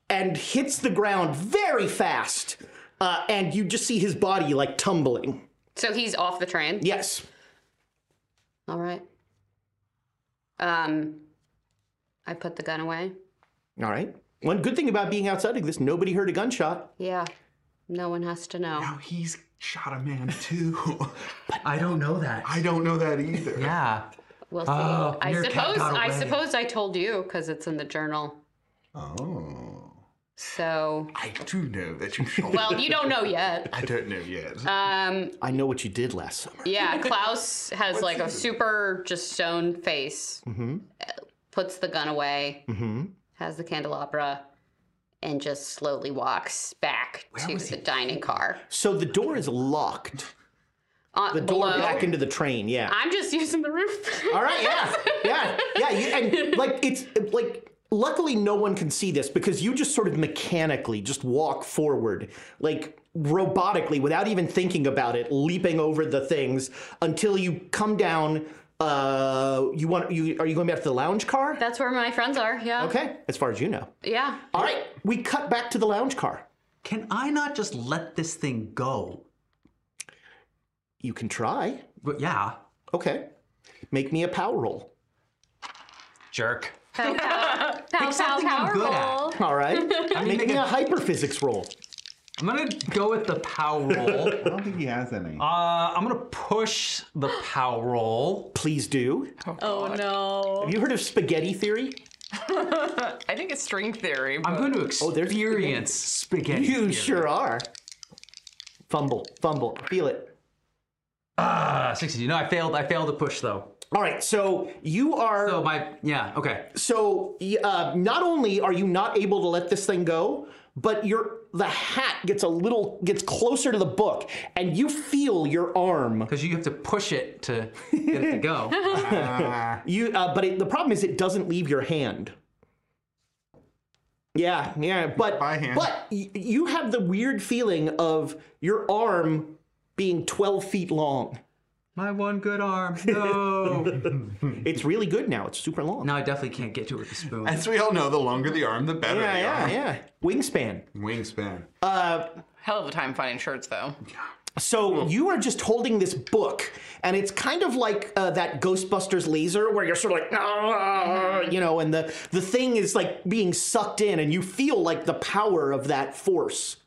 and hits the ground very fast. Uh, and you just see his body like tumbling. So he's off the train. Yes. All right. Um, I put the gun away. All right. One good thing about being outside like this, nobody heard a gunshot. Yeah. No one has to know. Now he's shot a man too. I don't know that. I don't know that either. Yeah. We'll see. Oh, I your cat suppose got I away. suppose I told you because it's in the journal. Oh. So I do know that you shot. well, you don't Oh, know yet. I don't know yet. Uh, Um, I know what you did last summer. yeah, Klaus has like a super just stone face. Mm-hmm. Puts the gun away. Mm-hmm. Has the candelabra, and just slowly walks back to the dining car. So the door is locked. On, the door Uh, below. back into the train. Yeah. I'm just using the roof. All right. Yeah. Yeah. Yeah. You, and like it's like luckily no one can see this because you just sort of mechanically just walk forward like robotically without even thinking about it, leaping over the things until you come down. Uh, you want you are you going back to the lounge car? That's where my friends are. Yeah. Okay, as far as you know. Yeah. All right, we cut back to the lounge car. Can I not just let this thing go? You can try. But yeah. Okay. Make me a power roll. Jerk. Pow, pow, pow, pow, something I'm power good at. roll. All right. I mean, Make make me a a, hyperphysics roll. I'm gonna go with the pow roll. I don't think he has any. Uh, I'm gonna push the pow roll. Please do. Oh no. Have you heard of spaghetti theory? I think it's string theory. I'm going to there's- experience spaghetti. You theory. sure are. Fumble, fumble, feel it. Uh, 62. No, I failed. I failed to push though. All right, so you are. So my yeah. Okay. so y- uh, not only are you not able to let this thing go but your the hat gets a little gets closer to the book and you feel your arm Because you have to push it to get it to go. you uh, but it, the problem is it doesn't leave your hand yeah yeah but By hand. but y- you have the weird feeling of your arm being 12 feet long my one good arm. No. it's really good now it's super long now I definitely can't get to it with the spoon. As we all know, the longer the arm, the better. yeah the yeah arm. yeah wingspan Wingspan. Hell of a time finding shirts though. So you are just holding this book, and it's kind of like uh, that Ghostbusters laser, where you're sort of like, "Ah," you know, and the the thing is like being sucked in, and you feel like the power of that force.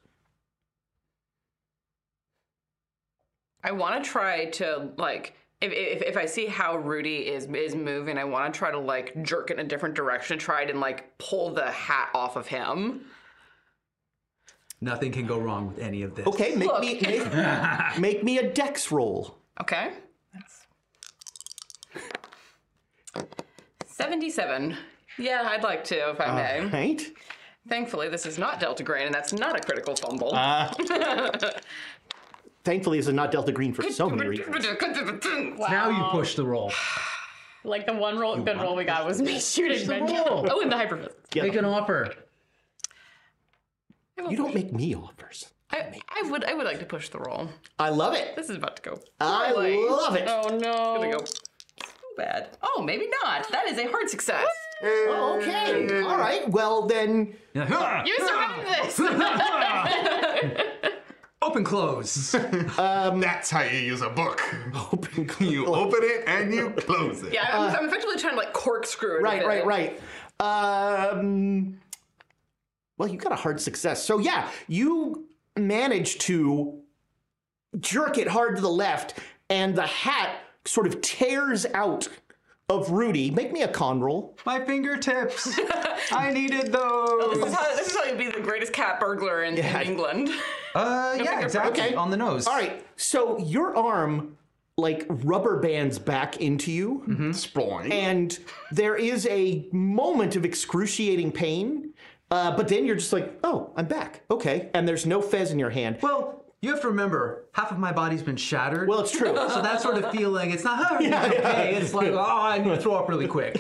I want to try to like if, if if I see how Rudy is is moving, I want to try to like jerk in a different direction, try it and like pull the hat off of him. Nothing can go wrong with any of this. Okay, make me make, make me a dex roll. Okay. That's 77. Yeah, I'd like to if I Ah. may. Right? Thankfully, this is not Delta Grain, and that's not a critical fumble. Ah, Thankfully, this is not Delta Green for so many reasons. Now you push the roll. Like the one roll, good roll we got was me shooting. Ben. Oh, and the hyperfist. Make an offer. You don't make me offers. I, I would I would like to push the roll. I love it. This is about to go. I poorly. love it. Oh no. Here we go. So bad. Oh, maybe not. That is a hard success. Oh, okay. All right. Well then, You survived this. Open close. That's how you use a book. open. You open it and you close it. Yeah, I'm, I'm effectively trying to like corkscrew it. a Uh, Right, bit. right, right. Um, well, you got a hard success. So yeah, you managed to jerk it hard to the left, and the hat sort of tears out of Rudy. Make me a con roll. my fingertips. I needed those. This is how, this is how you'd be the greatest cat burglar in, in England. Uh, yeah, exactly. Okay. On the nose. All right. So your arm like rubber bands back into you. Mm-hmm. Sploin. and there is a moment of excruciating pain. Uh, but then you're just like, oh, I'm back. Okay. And there's no fez in your hand. Well, Well, you have to remember, half of my body's been shattered. it's true. so that sort of feeling, it's not oh, it's okay. It's like, oh, I need to throw up really quick.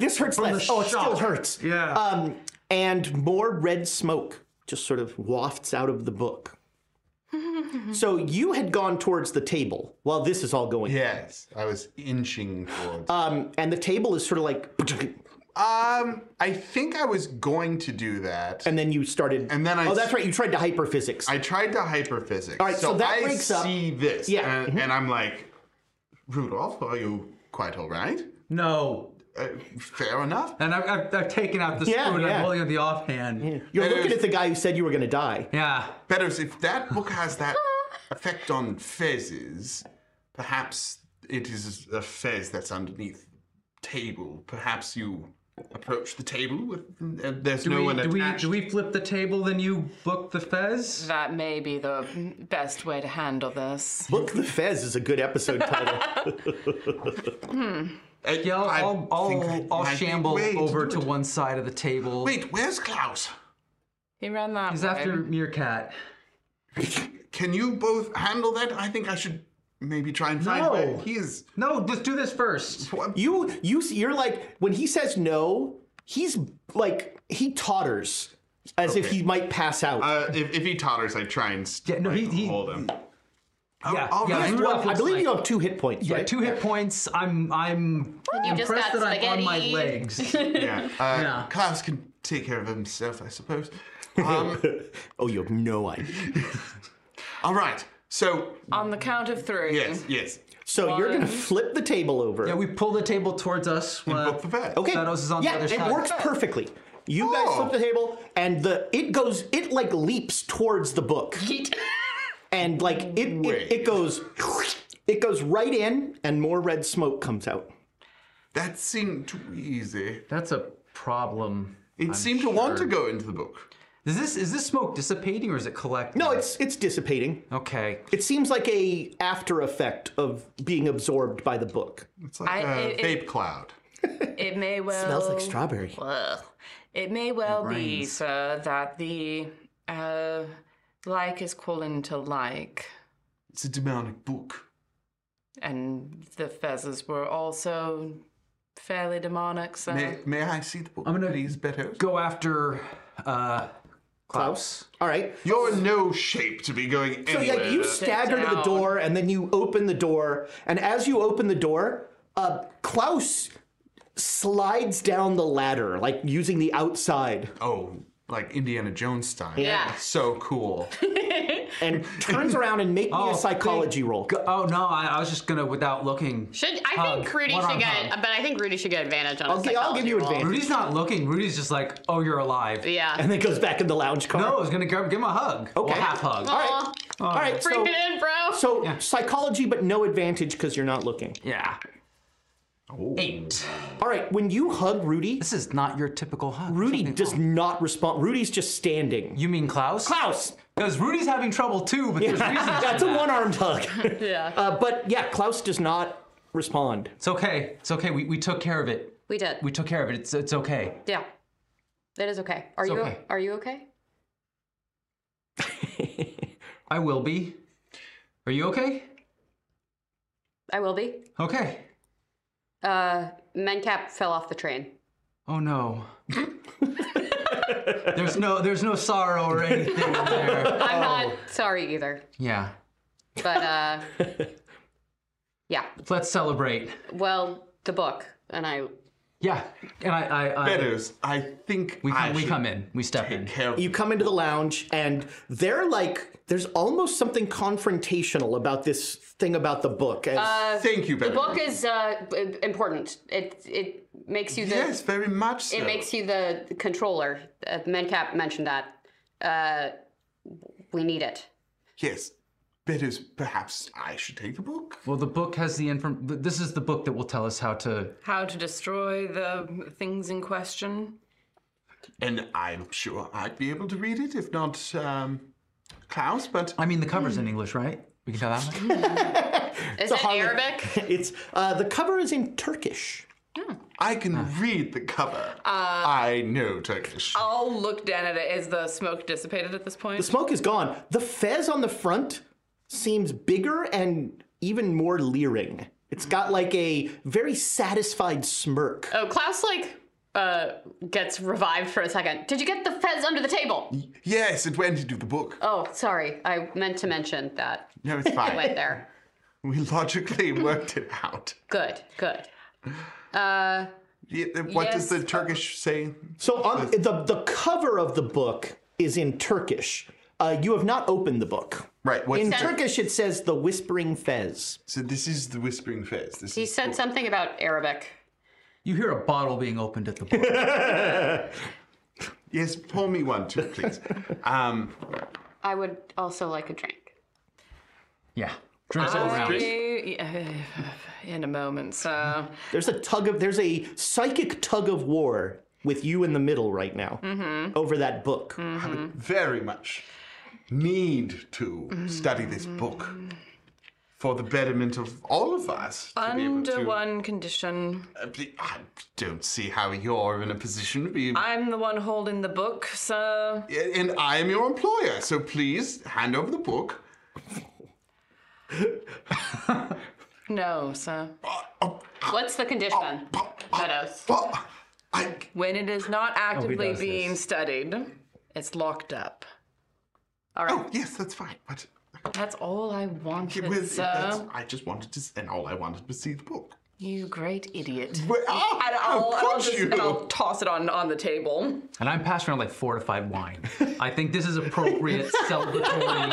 this hurts less. the Oh, it Oh, still shock. hurts. Yeah. Um, and more red smoke just sort of wafts out of the book. so you had gone towards the table while this is all going Yes, I was inching towards. on. And the table is sort of like, um, I think I was going to do that. and then you started. And then I- Oh, that's right. You tried to hyperphysics. I tried to hyperphysics. All right, so that I breaks up- see this, Yeah, and, mm-hmm. and I'm like, Rudolph, are you quite all right? No. Uh, fair enough. And I've, I've, I've taken out the Yeah, spoon and yeah. I'm holding up the offhand. You're looking is- at the guy who said you were going to die. Yeah. Better if that book has that effect on fezzes, perhaps it is a fez that's underneath the table. Perhaps you approach the table with uh, there's Do, no we, one do, we, attached. do we flip the table, then you book the fez? That may be the best way to handle this. Book the Fez is a good episode title. Uh, Yeah, I I'll, I'll, think I I'll, I'll might be shamble way over do to it. one side of the table. Wait, where's Klaus? He ran that. He's way. after Meerkat. Can you both handle that? I think I should maybe try and find No. where he is. No, let's do this first. you you you're like when he says no, he's like he totters as if he might pass out. Uh, if, if he totters, I try and st- Yeah, no, like, he- he- hold him. yeah, all yeah, right. Well, Rudolph I looks believe like- you have two hit points, Yeah, right? two hit points. I'm I'm you just impressed got that I'm on my spaghetti. legs. Yeah. Uh, Yeah. Klaus can take care of himself, I suppose. Um, Oh, you have no idea. all right. So On the count of three. yes, yes. So you're going to flip the table over. Yeah, we pull the table towards us. When Book the vet. Okay. Shadows is on the yeah, other it side. works perfectly. You guys Oh. flip the table, and the it goes. It like leaps towards the book, and like it it, Wait. it goes. It goes right in, and more red smoke comes out. That seemed too easy. That's a problem. It seemed to want to go into the book. Is this is this smoke dissipating or is it collecting? No, it's it's dissipating. okay. It seems like a after effect of being absorbed by the book. It's like I- a it- it- vape cloud. It may well strawberry. Ugh. It may well be, sir, that the uh, like is calling to like, It's a demonic book. and the fezzes were also fairly demonic, sir. May, may I see the book? Uh, I'm gonna please, Betos. Go after uh, Klaus. All right. You're in no shape to be going So anywhere. like you stagger to the down. door and then you open the door and as you open the door, uh, Klaus slides down the ladder like using the outside oh, like Indiana Jones style. Yeah. So cool. and turns around and make me Oh, a psychology roll. Go- oh no, I, I was just gonna without looking. Should I Hug. think Rudy One should arm get? hug. But I think Rudy should get advantage on. I'll his gi- I'll give you psychology roll. Rudy's not looking. Rudy's just like, oh, you're alive. Yeah. And then goes back in the lounge car. No, I was gonna grab, give him a hug. Okay. Well, half hug. All right. All right. So, Bring it in, bro. so psychology, but no advantage because you're not looking. Yeah. Eight. All right. When you hug Rudy, This is not your typical hug. Rudy does not respond. Rudy's just standing. You mean Klaus? Klaus. Because Rudy's having trouble too, but there's reasons. That's a one-armed hug. yeah. Uh, but yeah, Klaus does not respond. It's okay. It's okay. We, we took care of it. we did. We took care of it. It's it's okay. yeah. That is okay. Are you okay. are you okay? I will be. Are you okay? I will be. Okay. Uh, Mencap fell off the train. Oh no. there's no there's no sorrow or anything in there. I'm not sorry either, Yeah. but uh, yeah. Let's celebrate. Well, the book and I. Yeah. And I I, I Betos, I think we I come, we should come in. We step in. Take care of You come into the lounge, and they're like, there's almost something confrontational about this thing about the book. As, Thank you, Betos. The book is uh, b- important. It it makes you the Yes, very much so. it makes you the controller. Uh, Mencap mentioned that. Uh, we need it. Yes. Betos, perhaps I should take the book. Well, the book has the inform. th- This is the book that will tell us how to. How to destroy the things in question? And I'm sure I'd be able to read it, if not um, Klaus, but I mean, the cover's Hmm. in English, right? We can tell that. much? Is it Harley- Arabic? it's uh, the cover is in Turkish. I can read the cover. Uh, I know Turkish. oh. I'll look down at it. Is the smoke dissipated at this point? The smoke is gone. The fez on the front seems bigger and even more leering. It's got like a very satisfied smirk. Oh, Klaus like uh, gets revived for a second. Did you get the fez under the table? Yes, it went into the book. Oh, sorry. I meant to mention that. no, it's fine. Went there. we logically worked it out. Good. Good. Yeah, th- uh, What does the Yes. Turkish say? So on the the cover of the book is in Turkish. Uh, you have not opened the book. Right. What's In the- Turkish, it says the Whispering Fez. so this is the whispering phase. This He is said something about Arabic. you hear a bottle being opened at the book. yes. Pour me one too, please. um, I would also like a drink. yeah. Drinks all around. Yeah, in a moment, sir. There's a tug of there's a psychic tug of war with you in the middle right now over that book. I would very much need to study this book for the betterment of all of us. to be able Under to- one condition. Uh, I don't see how you're in a position to be. I'm the one holding the book, sir. and I am your employer, so please hand over the book. No, sir. What's the condition? Oh, Meadows. But Oh, I, When it is not actively does being this. studied, it's locked up. oh yes, that's fine. But That's all I wanted, it was, sir. that's- I just wanted to, s- and all I wanted was to see the book. You great idiot. Wait, ah, And how I'll, and I'll could just, you? and I'll toss it on, on the table. And I'm passing around like fortified wine. I think this is appropriate celebratory.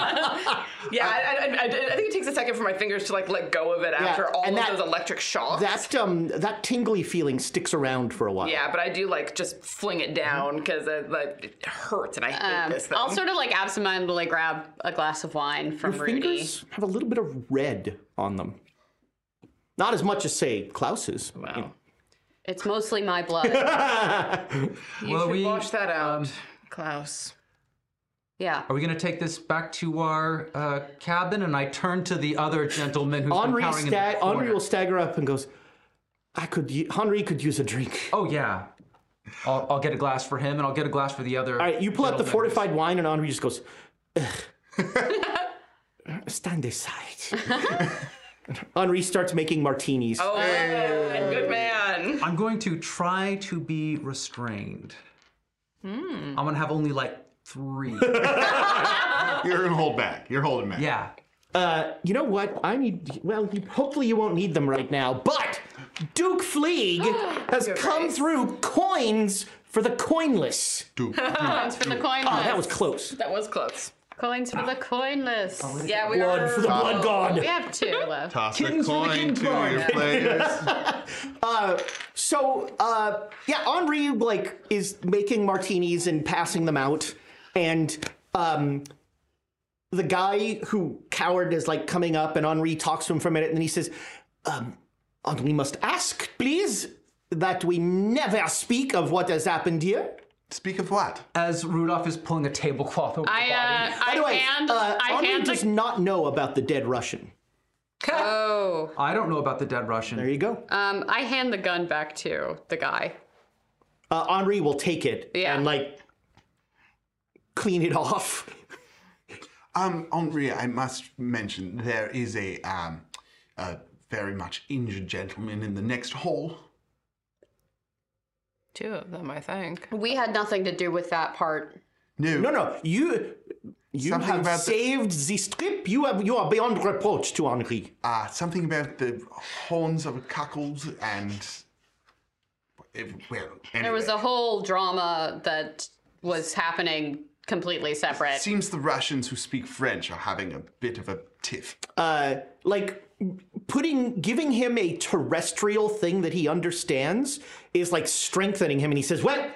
Yeah, I, I, I, I think it takes a second for my fingers to like let go of it after all and of that- those electric shocks. That um, that tingly feeling sticks around for a while. yeah, but I do like just fling it down because it, like, it hurts and I hate this thing. I'll sort of like absentmindedly grab a glass of wine from Your Rudy. fingers have a little bit of red on them. Not as much as say Klaus's. Wow. It's mostly my blood. you Well, should we- wash that out, Klaus. yeah. Oh, Are we going to take this back to our uh, cabin? And I turn to the other gentleman who's been Henri, cowering in the sta- corner. Henri will stagger up and goes, "I could. u- Henri could use a drink." Oh yeah, I'll, I'll get a glass for him, and I'll get a glass for the other. All right, you pull out the fortified wine, and Henri just goes, Ugh. Stand aside. Henri starts making martinis. Oh, good man. I'm going to try to be restrained. Hmm. I'm gonna have only like three. You're gonna hold back. You're holding back. yeah. Uh, you know what? I need, well, you- hopefully you won't need them right now, but Duke Fleeg has come through coins for the coinless. Dude, Coins for the coinless. Oh, that was close. That was close. Coins for the coinless. Oh, Yeah, we Blood are. for the blood We god. have two left. toss Kittens a for the coin king to prize. your players. So, uh, yeah, Henri, like, is making martinis and passing them out, and, um, the guy who cowered is like coming up and Henri talks to him for a minute and then he says, um, Henri must ask, please, that we never speak of what has happened here. Speak of what? As Rudolph is pulling a tablecloth over I, the body. uh, I By the way, hand, uh, I Henri hand does the, not know about the dead Russian. Oh. I don't know about the dead There Russian. you go. Um, I hand the gun back to the guy. Uh, Henri will take it Yeah. and like clean it off. Um, Henri, I must mention there is a um, a very much injured gentleman in the next hall. Two of them, I think. We had nothing to do with that part. No, No, no, you you Something have about the- saved the... strip. You have you are beyond reproach to Henri. Uh, something about the horns of a cuckold and it, well, anyway, There was a whole drama that was happening completely separate. seems the Russians who speak French are having a bit of a tiff. Uh, like putting giving him a terrestrial thing that he understands is like strengthening him, and he says, "Well,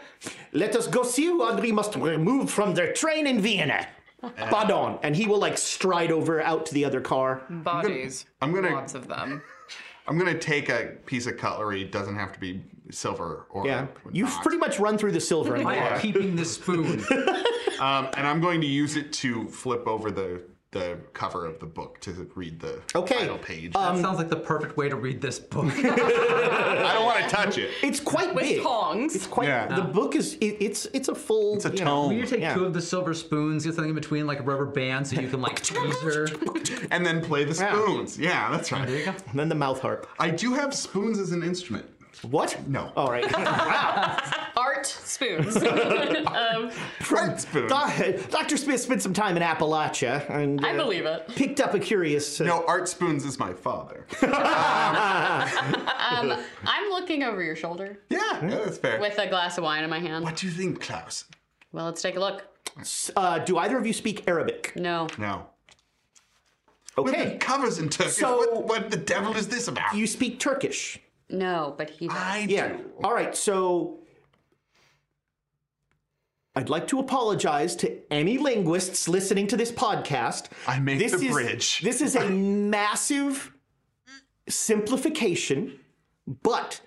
let us go see who Henri must remove from their train in Vienna." Eh. Pardon, and he will like stride over out to the other car. Mm-hmm. Bodies. I'm gonna- Lots of them. I'm gonna take a piece of cutlery. Doesn't have to be silver or Yeah, you've not. pretty much run through the silver in the I car. am keeping this spoon. Um, and I'm going to use it to flip over the the cover of the book to read the Okay, Um, title page. that sounds like the perfect way to read this book. I don't want to touch it. It's quite big. Tongs. It's quite. Yeah. The book is. It, it's. It's a full. It's a You tome. take Yeah. two of the silver spoons, get something in between, like a rubber band, so you can like teaser. And then play the spoons. Yeah, that's right. and then the mouth harp. I do have spoons as an instrument. What? Oh. No. All right. art spoons. Um, Right spoon. Doctor Smith spent some time in Appalachia and I uh, believe it. picked up a curious. Uh, No, Art Spoons is my father. I'm looking over your shoulder Yeah, yeah, that's fair. with a glass of wine in my hand. What do you think, Klaus? Well, let's take a look. s- uh, do either of you speak Arabic? No. No. With the Okay. covers in Turkish. So- what, what the devil is this about? You speak Turkish. No, but he does. I Yeah. do. All right. So. I'd like to apologize to any linguists listening to this podcast. I make this the is, bridge. This is a massive simplification, but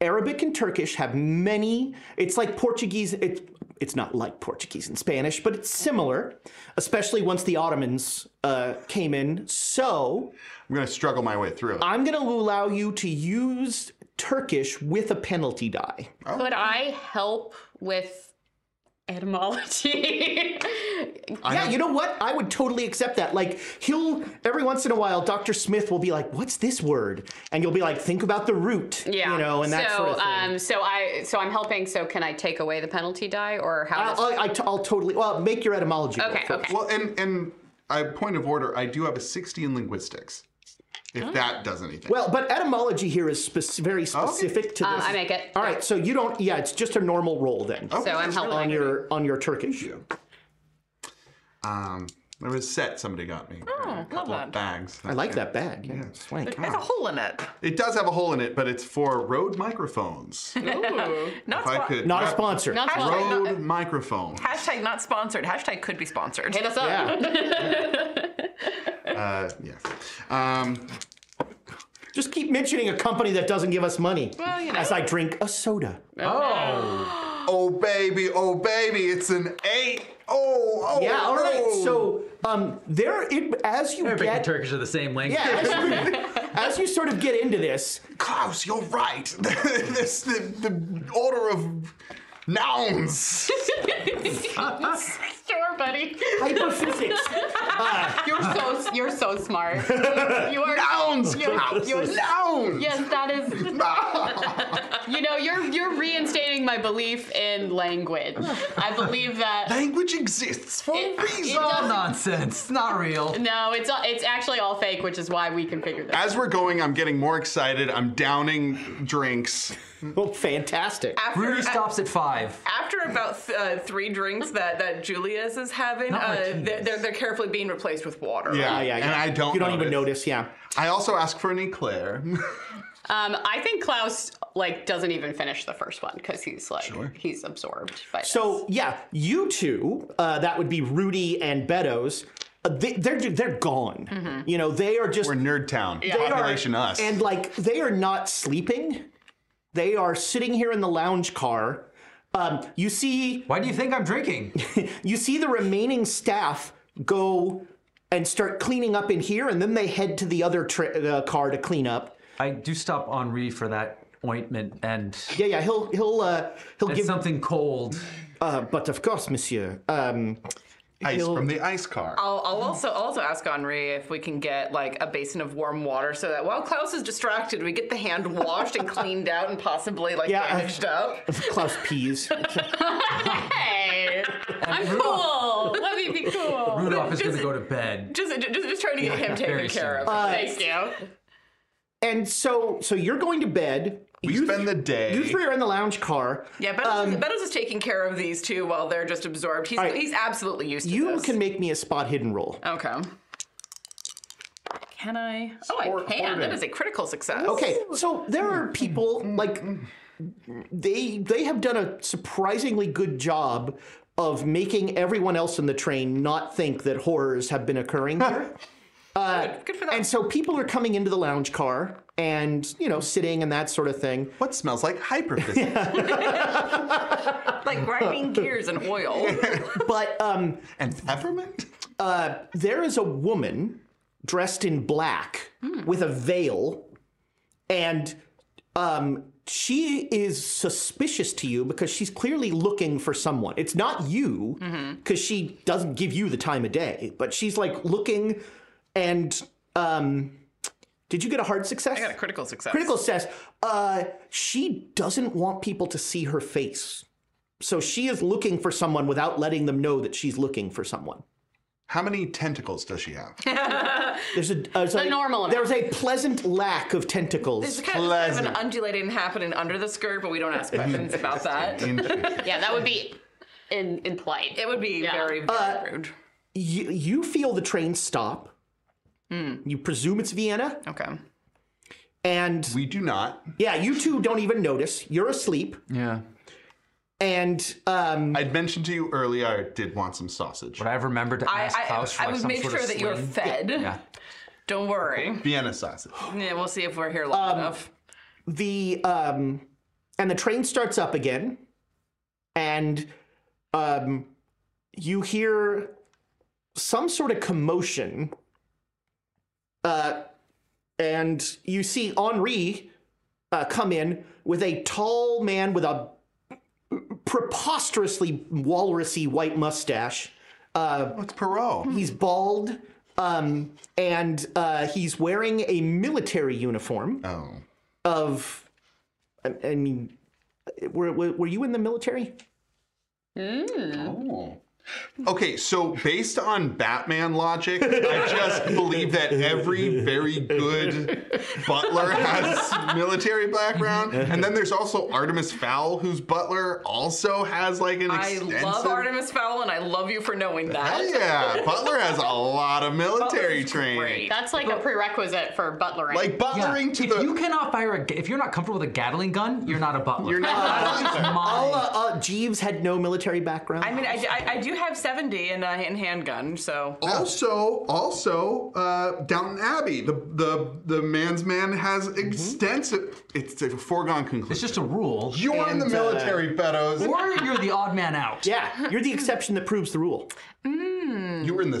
Arabic and Turkish have many. It's like Portuguese. It, it's not like Portuguese and Spanish, but it's similar, especially once the Ottomans uh, came in. So I'm going to struggle my way through it. I'm going to allow you to use Turkish with a penalty die. Could I help with etymology? yeah, you know what? I would totally accept that. Like, he'll, every once in a while, Dr. Smith will be like, what's this word? And you'll be like, think about the root. yeah. You know, and that so, sort of thing. Um, so I, so I'm helping. So can I take away the penalty die, or how? does- I'll, I, I t- I'll totally, well, make your etymology. roll okay. first. Okay. uh, Well, and and a point of order, I do have a 60 in linguistics. if that does anything. Well, but etymology here is spec- very specific to this. Um, I make it. All right, so you don't. Yeah, it's just a normal roll then So I'm on helping. your on your Turkish. um, there was a set somebody got me. Oh, a couple love of bags. I like that bag. Yeah, swank. There's a hole in it. It does have a hole in it, but it's for Rode microphones. if Ooh. Not, I spo- could Not a wrap- sponsor. Not Hashtag, Rode not, microphone. hashtag not sponsored. Hashtag could be sponsored. Hit oh, us up. yeah, Uh, yeah. Um, just keep mentioning a company that doesn't give us money. Well, you know. As I drink a soda. oh baby, oh baby, it's an eight. Oh, oh. Yeah, all right. no. So Oh. um, there, it, as you Arabic and get, Turkish are the same language. yeah, as you, as you sort of get into this, Klaus, you're right. this the, the order of nouns. Sure, buddy. hyperphysics. You're so you're so smart. You are. nouns, Klaus. you're- nouns. Yes, that is. You know, you're you're reinstating my belief in language. I believe that. Language exists for It- a reason. it does- All nonsense. It's not real. No, it's all- it's actually all fake, which is why we can figure this. As we're going, I'm getting more excited. I'm downing drinks. well, Oh, fantastic. After- Rudy stops at five. After about th- uh, three drinks that, that Julius is having, Not uh, martinis. they're, they're, they're carefully being replaced with water. Yeah, Ah, Yeah, yeah, And yeah. I don't. You don't even notice. Yeah. I also ask for an eclair. Um, I think Klaus like doesn't even finish the first one because he's like he's absorbed by this. So yeah, you two, uh, that would be Rudy and Beddoes. Uh, they, they're they're gone. You know, they are just Mm-hmm. We're Nerd Town. they are- Population us. and like they are not sleeping. They are sitting here in the lounge car. Um, you see Why do you think I'm drinking? you see the remaining staff go and start cleaning up in here, and then they head to the other tra- uh, car to clean up. I do stop Henri for that ointment and Yeah, yeah, he'll he'll uh, he'll it's give. something cold. Uh, but of course, Monsieur. Um, ice from the ice car. I'll, I'll Oh. also also ask Henri if we can get like a basin of warm water so that while Klaus is distracted, we get the hand washed and cleaned out and possibly like Yeah, I- bandaged up. Klaus peas. hey, I'm cool. Let me be cool. Rudolph is going to Just- go to bed. Just, just just trying to get him taken very care of. Thank you. and so, so you're going to bed. we you, spend the day. You three are in the lounge car. Yeah, Beddoes, Beddoes is taking care of these two while they're just absorbed. He's, um, All right. he's absolutely used to You this. can make me a spot hidden roll. Okay. Can I? Oh, I Sport can. That hoarding. is a critical success. Okay, so there are Mm, people like they they have done a surprisingly good job of making everyone else in the train not think that horrors have been occurring here. Uh, Good for that. and so people are coming into the lounge car and, you know, sitting and that sort of thing. What smells like hyperphysics? like grinding gears and oil. But um and peppermint? Uh, there is a woman dressed in black with a veil and um she is suspicious to you because she's clearly looking for someone. It's not you Mm-hmm. because she doesn't give you the time of day, but she's like looking and um did you get a hard success? I Got a critical success. Critical says uh, she doesn't want people to see her face. So she is looking for someone without letting them know that she's looking for someone. How many tentacles does she have? There's a, there's a normal amount. There's a pleasant lack of tentacles. It's kind of, kind of an Pleasant. undulating happening under the skirt, but we don't ask questions about that. In- Yeah, that would be in implied. It would be very, very rude. You, you feel the train stop. You presume it's Vienna, Okay. and we do not. yeah, you two don't even notice. You're asleep, Yeah. and um, I'd mentioned to you earlier I did want some sausage. But I've remembered to I, ask I, Klaus for I like, would some make sort sure of that you're sling. fed. Yeah. Don't worry. Vienna sausage. Yeah, we'll see if we're here long enough. the um, and the train starts up again, and um, you hear some sort of commotion. Uh, and you see Henri uh, come in with a tall man with a preposterously walrusy white mustache. What's Perot? He's bald, um, and uh, he's wearing a military uniform Oh. of I, I mean were, were were you in the military Oh. Okay, so based on Batman logic, I just believe that every very good butler has military background, and then there's also Artemis Fowl, whose butler also has like an I extensive. love Artemis Fowl, and I love you for knowing that. Hell yeah, Butler has a lot of military Butler's training. great. That's like a prerequisite for butlering. Like butlering to if the you cannot fire a, ga- if you're not comfortable with a Gatling gun, you're not a butler. You're not a That's butler. my- All, uh, uh, Jeeves had no military background. I mean, I, I, I do have 70 and, uh, and handgun, so. Also, also, uh, Downton Abbey. The the the man's man has extensive. It's a foregone conclusion. it's just a rule. You're in And, uh, the military, Beddoes. or you're the odd man out. yeah, you're the exception that proves the rule. You were in the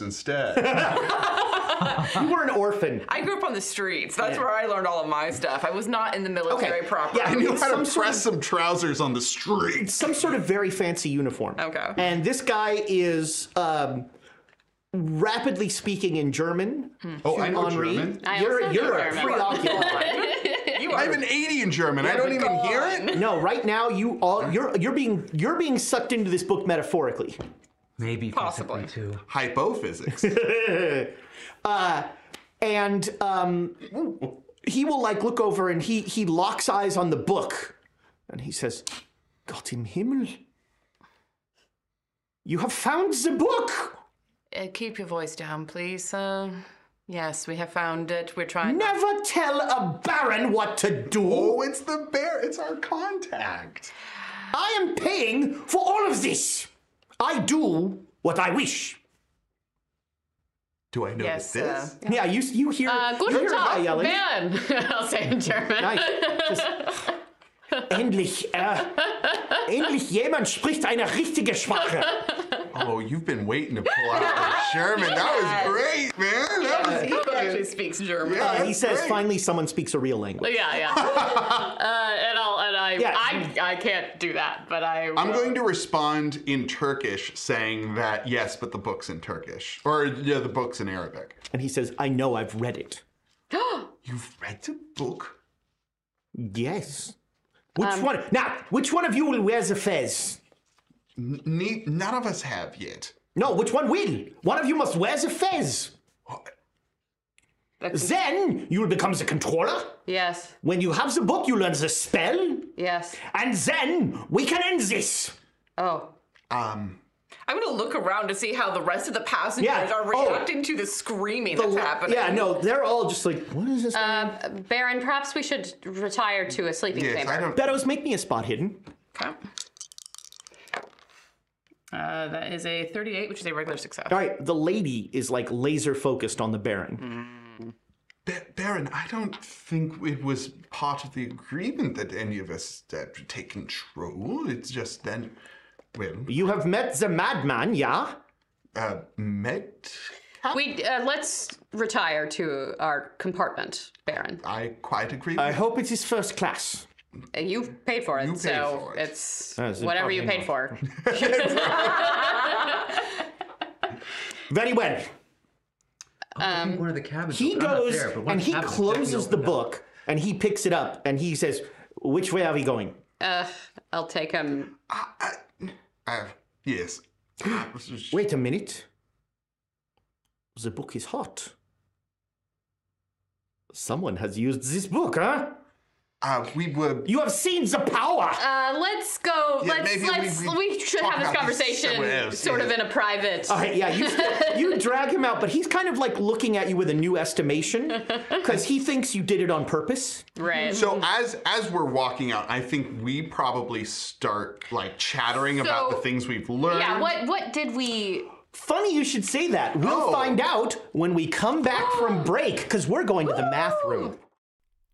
instead. You were an orphan. I grew up on the streets. That's where I learned all of my stuff. I was not in the military Okay. proper. Yeah, I knew how Some to press sort of- some trousers on the streets. Some sort of very fancy uniform. Okay. And this guy is um, rapidly speaking in German. Hmm. Oh, I know Henri. German. I You're, also know you're German. preoccupied. you I are. have an 80 in German. I don't even hear it. no, right now you all you're you're being you're being sucked into this book metaphorically. Maybe Possibly. physically, too. Hypophysics. Uh, and um, he will like look over and he he locks eyes on the book and he says gott im himmel you have found the book Uh, keep your voice down, please. Uh, yes, we have found it. We're trying. never tell a baron what to do oh, it's the bear. It's our contact. i am paying for all of this i do what i wish Do I know Yes, this? uh, yeah you you hear uh, you guten Oh, hear a guy Tag, yelling man. I'll say in German. Nice. Just- endlich äh, endlich jemand spricht eine richtige Sprache uh, Oh, you've been waiting to pull out the Sherman. That was great, man. That was He actually speaks German. Yeah. and he says Great. finally someone speaks a real language Yeah, yeah. uh, and I'll and I, Yeah. I I can't do that, but I. I'm will. going to respond in Turkish, saying that yes, but the book's in Turkish, or yeah, the book's in Arabic. and he says i know i've read it You've read the book? Yes. Which one? Now, which one of you will wear the fez? Ne- none of us have yet. No, which one will? One of you must wear the fez. Then you will become the controller. Yes, When you have the book, you learn the spell. yes. And then we can end this. Oh, Um, I'm gonna look around to see how the rest of the passengers Yeah. are Oh. reacting to the screaming that's happening. yeah, no, they're all just like, what is this? Baron, perhaps we should retire to a sleeping yes, chamber. I don't. Beddoes, make me a spot hidden. Okay. Uh, that is a 38, which is a regular success. All right, the lady is like laser focused on the Baron. Mm-hmm. Ba- Baron, I don't think it was part of the agreement that any of us uh, take control. It's just then, well, You have met the madman, yeah? uh, met. We uh, let's retire to our compartment, Baron. I quite agree. I with hope it is first class. Uh, You paid for it, You paid so for it. it's That is a whatever you fucking paid for. Very well. I think one of the cabins. He I'm not goes there, but one and of the he cabins definitely closes the opened up. book and he picks it up and he says, "Which way are we going?" Uh, I'll take him. uh, yes. Wait a minute. The book is hot. Someone has used this book, huh? Uh, we were. You have seen the power. Uh, let's go. Yeah, let's maybe we- let's we, we should talk have this about this conversation somewhere else, sort of yeah. in a private. All right, yeah, you, you drag him out, but he's kind of like looking at you with a new estimation because he thinks you did it on purpose. Right. So as as we're walking out, I think we probably start like chattering about the So- things we've learned. yeah. What what did we? Funny you should say that. We'll Oh. find out when we come back from break because we're going to the math room.